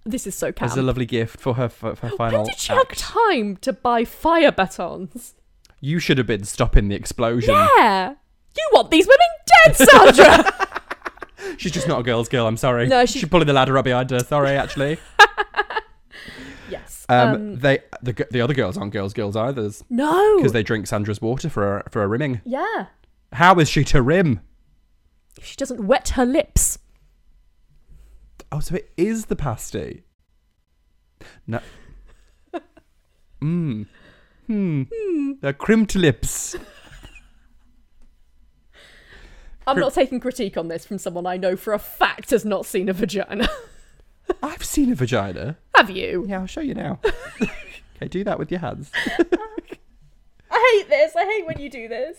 this is so camp. as a lovely gift for her for, for her final When did she act. have time to buy fire batons? you should have been stopping the explosion. Yeah. You want these women dead, Sandra! She's just not a girl's girl. I'm sorry. No, she's- she's pulling the ladder up behind her. Sorry, actually. yes. Um, um, they the g- the other girls aren't girls girls either no. because they drink Sandra's water for a, for a rimming. Yeah. How is she to rim? If she doesn't wet her lips. Oh, so it is the pasty. No. Mmm. Hmm. They're crimped lips. I'm Cri- not taking critique on this from someone I know for a fact has not seen a vagina. I've seen a vagina. Have you? Yeah, I'll show you now. okay, do that with your hands. I hate this. I hate when you do this.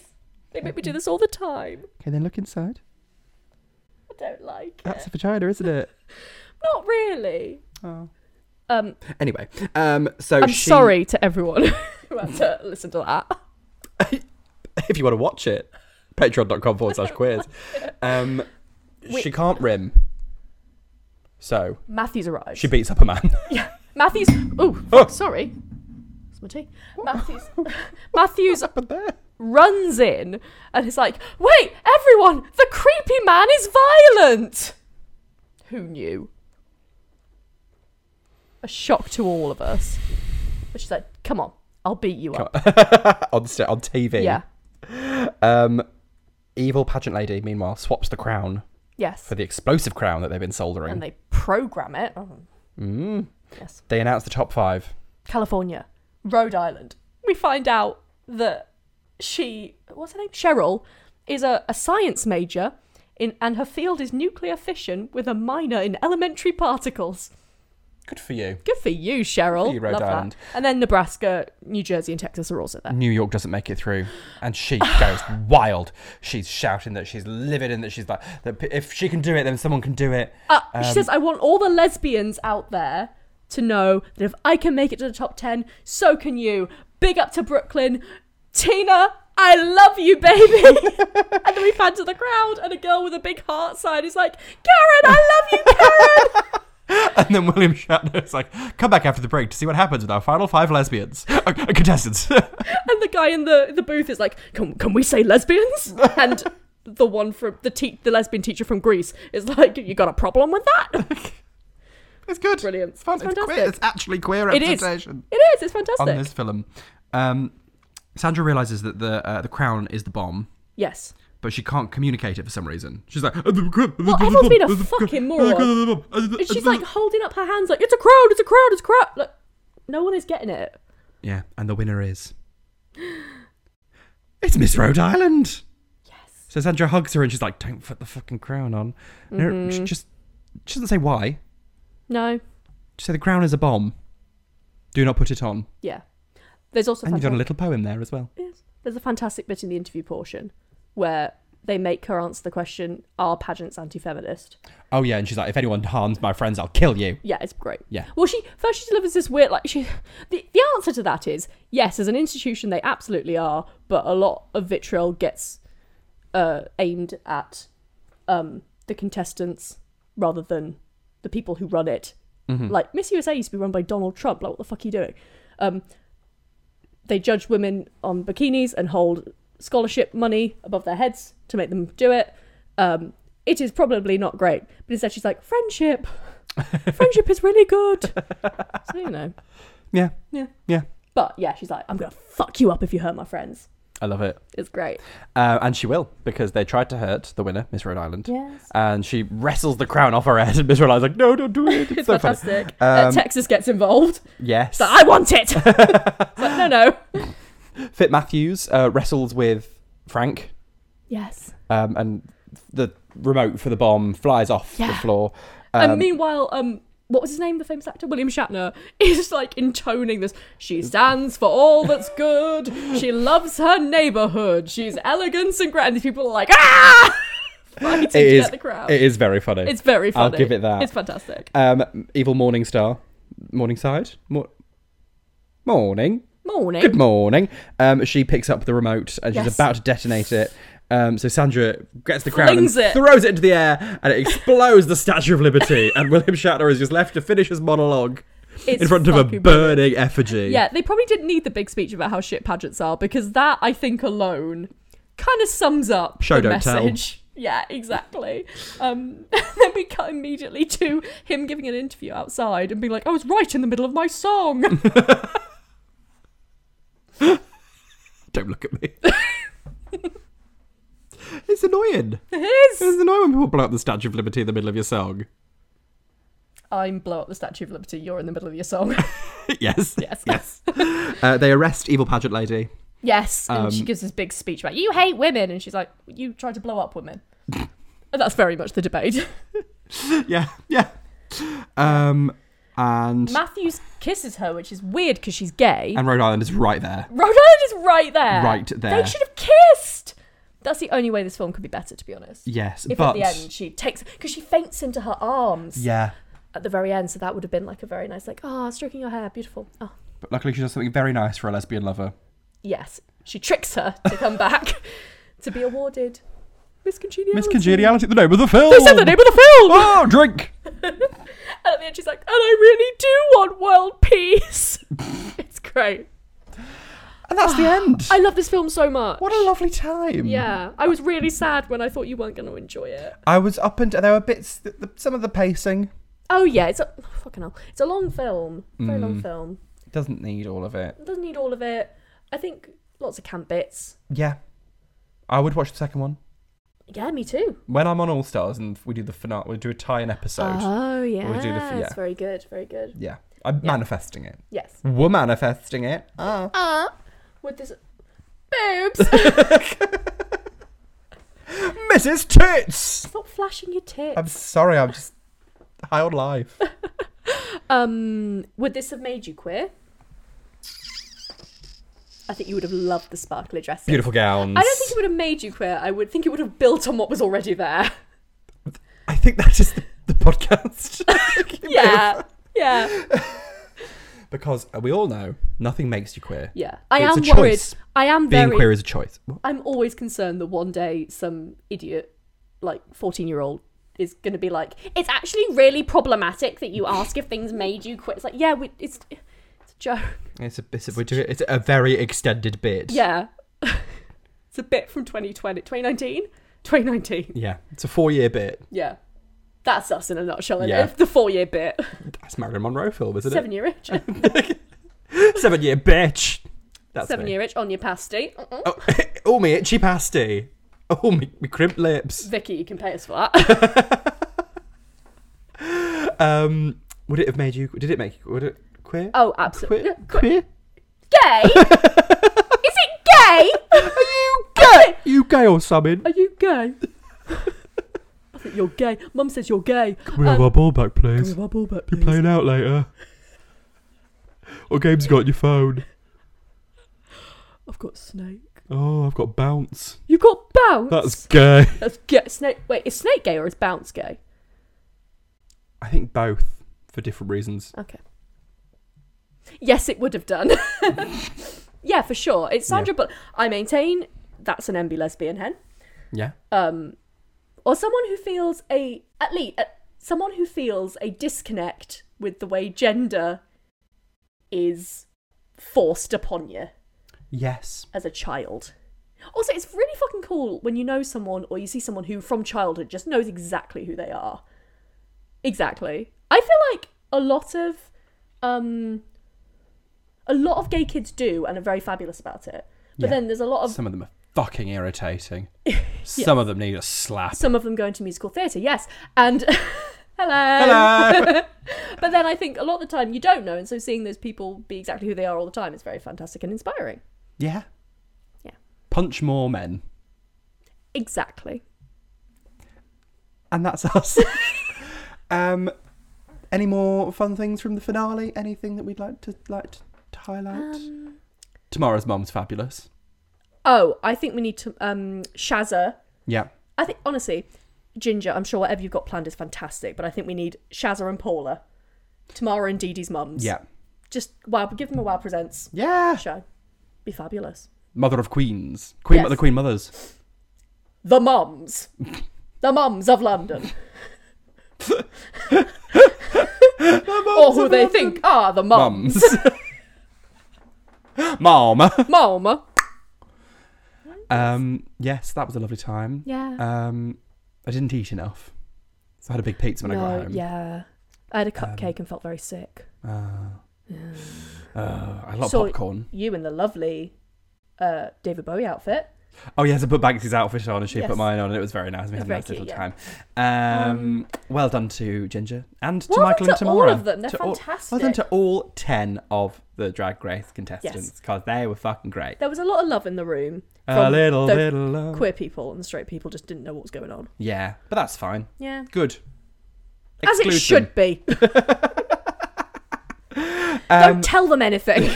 They make me do this all the time. Okay, then look inside. I don't like That's it. a vagina, isn't it? Not really. Oh. Um, Anyway, um, so I'm she- sorry to everyone who had to listen to that. if you want to watch it, patreon.com forward slash quiz. Um, Wait. she can't rim. So Matthews arrives. she beats up a man. Yeah. Matthews. Ooh, Oh. sorry. It's my tea. Matthews. Matthews but there. runs in and is like, "Wait, everyone! The creepy man is violent." Who knew? A shock to all of us. But she's like, "Come on, I'll beat you up." on, st- on TV. Yeah. Um, evil pageant lady, meanwhile, swaps the crown Yes. for the explosive crown that they've been And soldering. they program it. Oh, Mm. yes. They announce the top five. California, Rhode Island. We find out that she, what's her name? Cheryl, is a, a science major in, and her field is nuclear fission with a minor in elementary particles. Good for you. Good for you, Cheryl. for you, Rhode Love that. Island. And then Nebraska, New Jersey, and Texas are also there. New York doesn't make it through, and she goes wild. She's shouting that she's livid and that she's like, that p- if she can do it, then someone can do it. Uh, she Um, says, I want all the lesbians out there to know that if I can make it to the top 10, so can you. Big up to Brooklyn. Tina, I love you, baby. and then we pan to the crowd, and a girl with a big heart sign is like, Karen, I love you, Karen. And then William Shatner's like, come back after the break to see what happens with our final five lesbians, uh, uh, contestants. and the guy in the, the booth is like, can, can we say lesbians? And the one from the, te- the lesbian teacher from Greece is like, You got a problem with that? it's good. Brilliant. It's fun. It's It's, queer. fantastic. It's actually queer It is. representation it is, it's fantastic. on this film. Um, Sandra realizes that the uh, the crown is the bomb, Yes. but she can't communicate it for some reason. She's like, well, everyone's been a fucking moron. And she's like holding up her hands, like it's a crowd, it's a crowd, it's a crowd. Like, no one is getting it. Yeah, and the winner is. It's Miss Rhode Island! Yes. So Sandra hugs her and she's like, don't put the fucking crown on. No, Mm-hmm. she just. She doesn't say why. No. She said the crown is a bomb. Do not put it on. Yeah. There's also And you've done a fantastic, little poem there as well. yes. there's a fantastic bit in the interview portion where they make her answer the question, "Are pageants anti-feminist?" Oh yeah, and she's like, if anyone harms my friends, I'll kill you. Yeah, it's great. Yeah. Well, she first she delivers this weird like she the, the answer to that is yes, as an institution they absolutely are, but a lot of vitriol gets uh, aimed at um, the contestants rather than the people who run it. Like Miss USA used to be run by Donald Trump. Like what the fuck are you doing? Um, they judge women on bikinis and hold scholarship money above their heads to make them do it. Um, it is probably not great, but instead she's like friendship. friendship is really good. So you know, Yeah, yeah. yeah. But yeah, she's like, I'm gonna fuck you up if you hurt my friends. I love it. It's great. Uh, and she will, because they tried to hurt the winner, Miss Rhode Island. Yes. And she wrestles the crown off her head, and Miss Rhode Island's like, no, don't do it. It's, It's so funny. fantastic. Um, uh, Texas gets involved. Yes. So I want it. but no, no. Fit Matthews uh, wrestles with Frank, Yes. um, and the remote for the bomb flies off the Yeah. floor. and meanwhile, um, what was his name? The famous actor William Shatner is like intoning this. She stands for all that's good. She loves her neighborhood. She's elegance and grand. These people are like ah, fighting to it is. get the crowd. It is very funny. it's very I'll funny. give it that. It's fantastic. um, evil Morningstar, Morningside, Mor- morning. Morning. Good morning. Um, she picks up the remote and she's Yes. about to detonate it. Um, so Sandra gets the crown Flings and it. throws it into the air, and it explodes the Statue of Liberty. and William Shatner is just left to finish his monologue It's in front of a fucking burning brilliant. effigy. Yeah, they probably didn't need the big speech about how shit pageants are because that I think alone kind of sums up Show, the don't tell. message. Yeah, exactly. Um, then we cut immediately to him giving an interview outside and being like, "I was right in the middle of my song." Don't look at me. it's annoying. it is. It's annoying when people blow up the Statue of Liberty in the middle of your song. I'm blow up the Statue of Liberty. You're in the middle of your song. yes. yes, Yes. Uh, they arrest evil pageant lady. yes. And Um, she gives this big speech about you hate women, and she's like, "You tried to blow up women." And that's very much the debate. Yeah. Yeah. Um, and Matthews kisses her, which is weird because she's gay. and Rhode Island is right there. Rhode Island is right there. Right there. They should have kissed. That's the only way this film could be better, to be honest. Yes, If but at the end she takes, because she faints into her arms yeah. at the very end, so that would have been like a very nice, like, ah, stroking your hair, beautiful. Oh, But luckily, she does something very nice for a lesbian lover. yes. She tricks her to come back to be awarded Miss Congeniality. Miss Congeniality, the name of the film. They said the name of the film! Oh, drink. And at the end she's like, and I really do want world peace. it's great. And that's the end. Ah, I love this film so much. what a lovely time. Yeah. I was really sad when I thought you weren't going to enjoy it. I was up and there were bits. The, the, some of the pacing Oh yeah, it's a oh, fucking hell. It's a long film, very Mm. long film. doesn't need all of it. It doesn't need all of it. I think lots of camp bits. Yeah, I would watch the second one Yeah, me too. when I'm on All Stars and we do the finale. We do a tie-in episode. Oh yeah, do the f- yeah. very good, very good. Yeah, I'm manifesting it. Yes. We're manifesting it. Ah. Uh, with this boobs. Mrs. Tits. Stop flashing your tits. I'm sorry. I'm just high on life. Um, would this have made you queer? I think you would have loved the sparkly dress. Beautiful gowns. I don't think it would have made you queer. I would think it would have built on what was already there. I think that is the, the podcast. yeah. Yeah. Because uh, we all know nothing makes you queer. Yeah. I It's am a worried. choice. I am Being very queer is a choice. What? I'm always concerned that one day some idiot, like 14 year old, is going to be like, it's actually really problematic that you ask if things made you quit. It's like, yeah, we, it's, it's a joke. It's a it's a, we do it- it's a very extended bit. Yeah. it's a bit from 2020, 2019? 2019. Yeah. It's a four year bit. Yeah. That's us in a nutshell. Yeah. Yeah. The four year bit. That's Marilyn Monroe film, isn't Seven year itch. it? Seven year bitch. That's Seven me. year itch on your pasty. Mm-mm. Oh, oh me itchy pasty. Oh me, me crimp lips. Vicky, you can pay us for that. Um, would it have made you? Did it make? you- Would it queer? oh, absolutely. queer? Queer? Gay? is it gay? Are you gay? you gay or something? Are you gay? I think you're gay. Mum says you're gay. We have Um, our ball back, please. With our ball back, You're please. playing out later. What game's you got on your phone? I've got snake. Oh, I've got bounce. You've got bounce. That's gay. That's gay. Snake. Wait, is snake gay or is bounce gay? I think both for different reasons. Okay. Yes, it would have done. yeah, for sure. It's Sandra, but I maintain that's an MB lesbian hen. Yeah. um, or someone who feels a at least uh, someone who feels a disconnect with the way gender is forced upon you Yes. as a child. Also, it's really fucking cool when you know someone or you see someone who, from childhood, just knows exactly who they are. Exactly. I feel like a lot of, um, a lot of gay kids do and are very fabulous about it. Yeah. But then there's a lot of Some of them are fucking irritating. Some of them need a slap. some of them going to musical theatre, yes. And hello. Hello. But then I think a lot of the time you don't know, and so seeing those people be exactly who they are all the time is very fantastic and inspiring. yeah. Yeah. Punch more men. Exactly. And that's us. um, any more fun things from the finale? Anything that we'd like to like to, to highlight? Um, Tomorrow's mom's fabulous. oh, I think we need to um Shazza. Yeah. I think honestly, Ginger, I'm sure whatever you've got planned is fantastic, but I think we need Shazza and Paula. Tamara and Dee Dee's mums. Yeah. Just wow, give them a wow presents Yeah. show. Be fabulous. Mother of Queens. Queen Yes. the Queen Mothers. The mums. the mums of London. or who they think are the mums. Mums. Mom. Mom. Um, yes, that was a lovely time. Yeah. Um, I didn't eat enough. So I had a big pizza when I got home. Um, yeah. I had a cupcake and felt very sick. Uh, uh, I love So- popcorn. You in the lovely uh, David Bowie outfit. Oh yes, I put Banksy's outfit on and she Yes. put mine on, and it was very nice. We It had a was nice very little cute, time. Um, well done to Ginger and to Well done Michael to and Tamara. all of them. They're To all- fantastic. well done to all ten of the Drag Race contestants Yes. because they were fucking great. There was a lot of love in the room. A from little, the little, love. Queer people and straight people just didn't know what was going on. yeah, but that's fine. Yeah. Good. As it Exclude should them. be. Um, Don't tell them anything.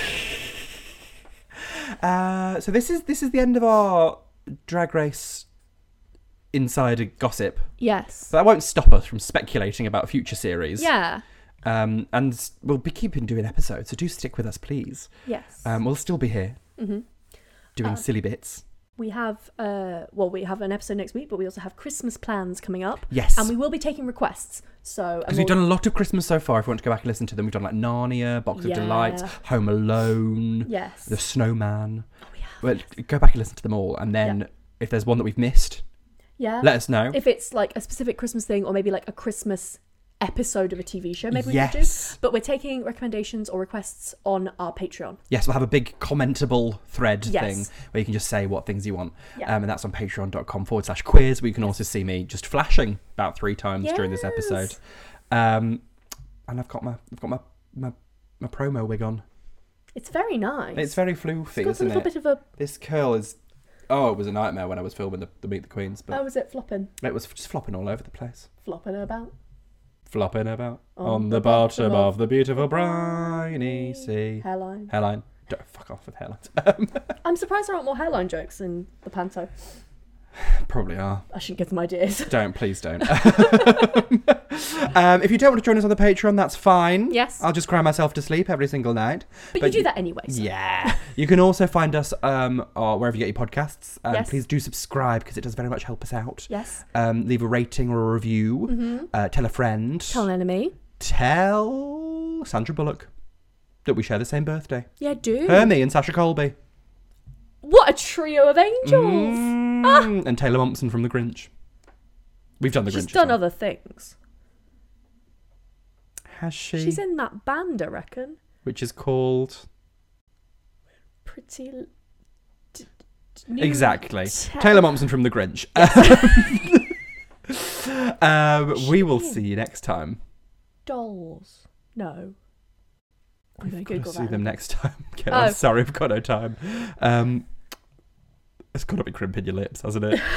Uh, so this is this is the end of our drag race insider gossip. yes. So that won't stop us from speculating about future series. Yeah. Um, and s- we'll be keeping doing episodes, so do stick with us, please. Yes. Um, we'll still be here hmm doing Uh, silly bits. We have, uh, well, we have an episode next week, but we also have Christmas plans coming up. Yes. And we will be taking requests. So, Because we've done a lot of Christmas so far. If you want to go back and listen to them, we've done like Narnia, Box of Yeah. Delights, Home Alone, Yes. The Snowman. Oh, we have. Well, go back and listen to them all, and then if there's one that we've missed, yeah. let us know. Uh, if it's like a specific Christmas thing or maybe like a Christmas episode of a TV show, maybe we could do. yes, But we're taking recommendations or requests on our Patreon. yes, we'll have a big commentable thread Yes. thing where you can just say what things you want, Yeah. um, and that's on Patreon.com forward slash quiz. Where you can also see me just flashing about three times during this episode, Yes. um, and I've got my I've got my my, my promo wig on. It's very nice. It's very floofy, It's got a isn't little it? bit of a. This curl is. Oh, it was a nightmare when I was filming the, the Meet the Queens, but How was it flopping? it was just flopping all over the place. Flopping about. Flopping about On on, the the bottom, bottom of of the beautiful briny sea. Hairline. Hairline. Don't fuck off with hairlines. I'm surprised there aren't more hairline jokes in the panto. Probably are. I shouldn't give them ideas. Don't, please don't. um, if you don't want to join us on the Patreon, that's fine. Yes. I'll just cry myself to sleep every single night. But, you But do you- that anyway. so- Yeah. you can also find us um, or wherever you get your podcasts. Um, Yes. Please do subscribe because it does very much help us out. Yes. Um, leave a rating or a review. Uh, tell a friend. Mm-hmm. Tell an enemy. Tell Sandra Bullock that we share the same birthday. Yeah, do. Her, me, and Sasha Colby. What a trio of angels! Mm, And Taylor Momsen from The Grinch. We've done The Ah. She's Grinch. as done well. other things. Has she? She's in that band, I reckon. Which is called. Pretty. L- d- d- new- exactly. Ta- Taylor Momsen from The Grinch. um, we will see you next time. Dolls. No. I'm We've going got to Google to see that. them next time. Get Oh. on. Sorry, I've got no time. Um, it's got to be crimping your lips, hasn't it?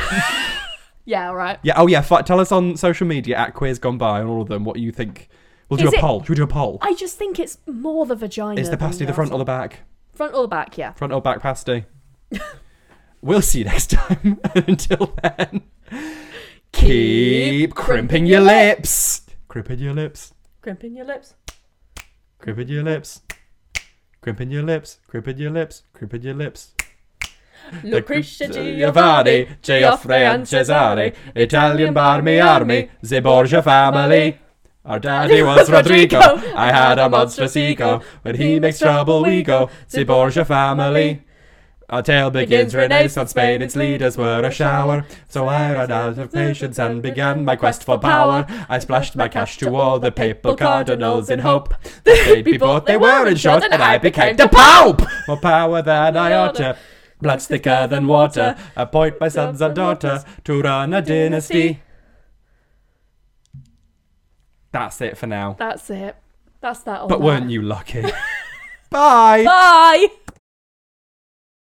Yeah, all right. Yeah. Oh, yeah. F- tell us on social media at Queers Gone By on all of them what you think. We'll do Is a it- poll. Should we do a poll? I just think it's more the vagina. Is the than pasty the front or the back? front or the back? Yeah. Front or back pasty? We'll see you next time. Until then, keep crimping your lips. Crimping your lips. Crimping your lips. Crimping your lips. Crimping your lips. Crimping your lips. Crimping your lips. uh, Lucrezia Giovanni, Geoffrey and Cesare, Italian Barmy Army, the Borgia family. Our daddy was Rodrigo. I had a monster seco. When he makes trouble, we go. The Borgia family. Our tale begins Renaissance Spain, its leaders were a shower. So I ran out of patience and began my quest for power. I splashed my cash to all the papal cardinals in hope that they'd be bought. They were in short, and I became the Pope! More power than I ought to. Blood's thicker than water. Appoint my sons and daughters to run a dynasty. That's it for now. That's it. That's that. on But that. weren't you lucky? Bye! Bye.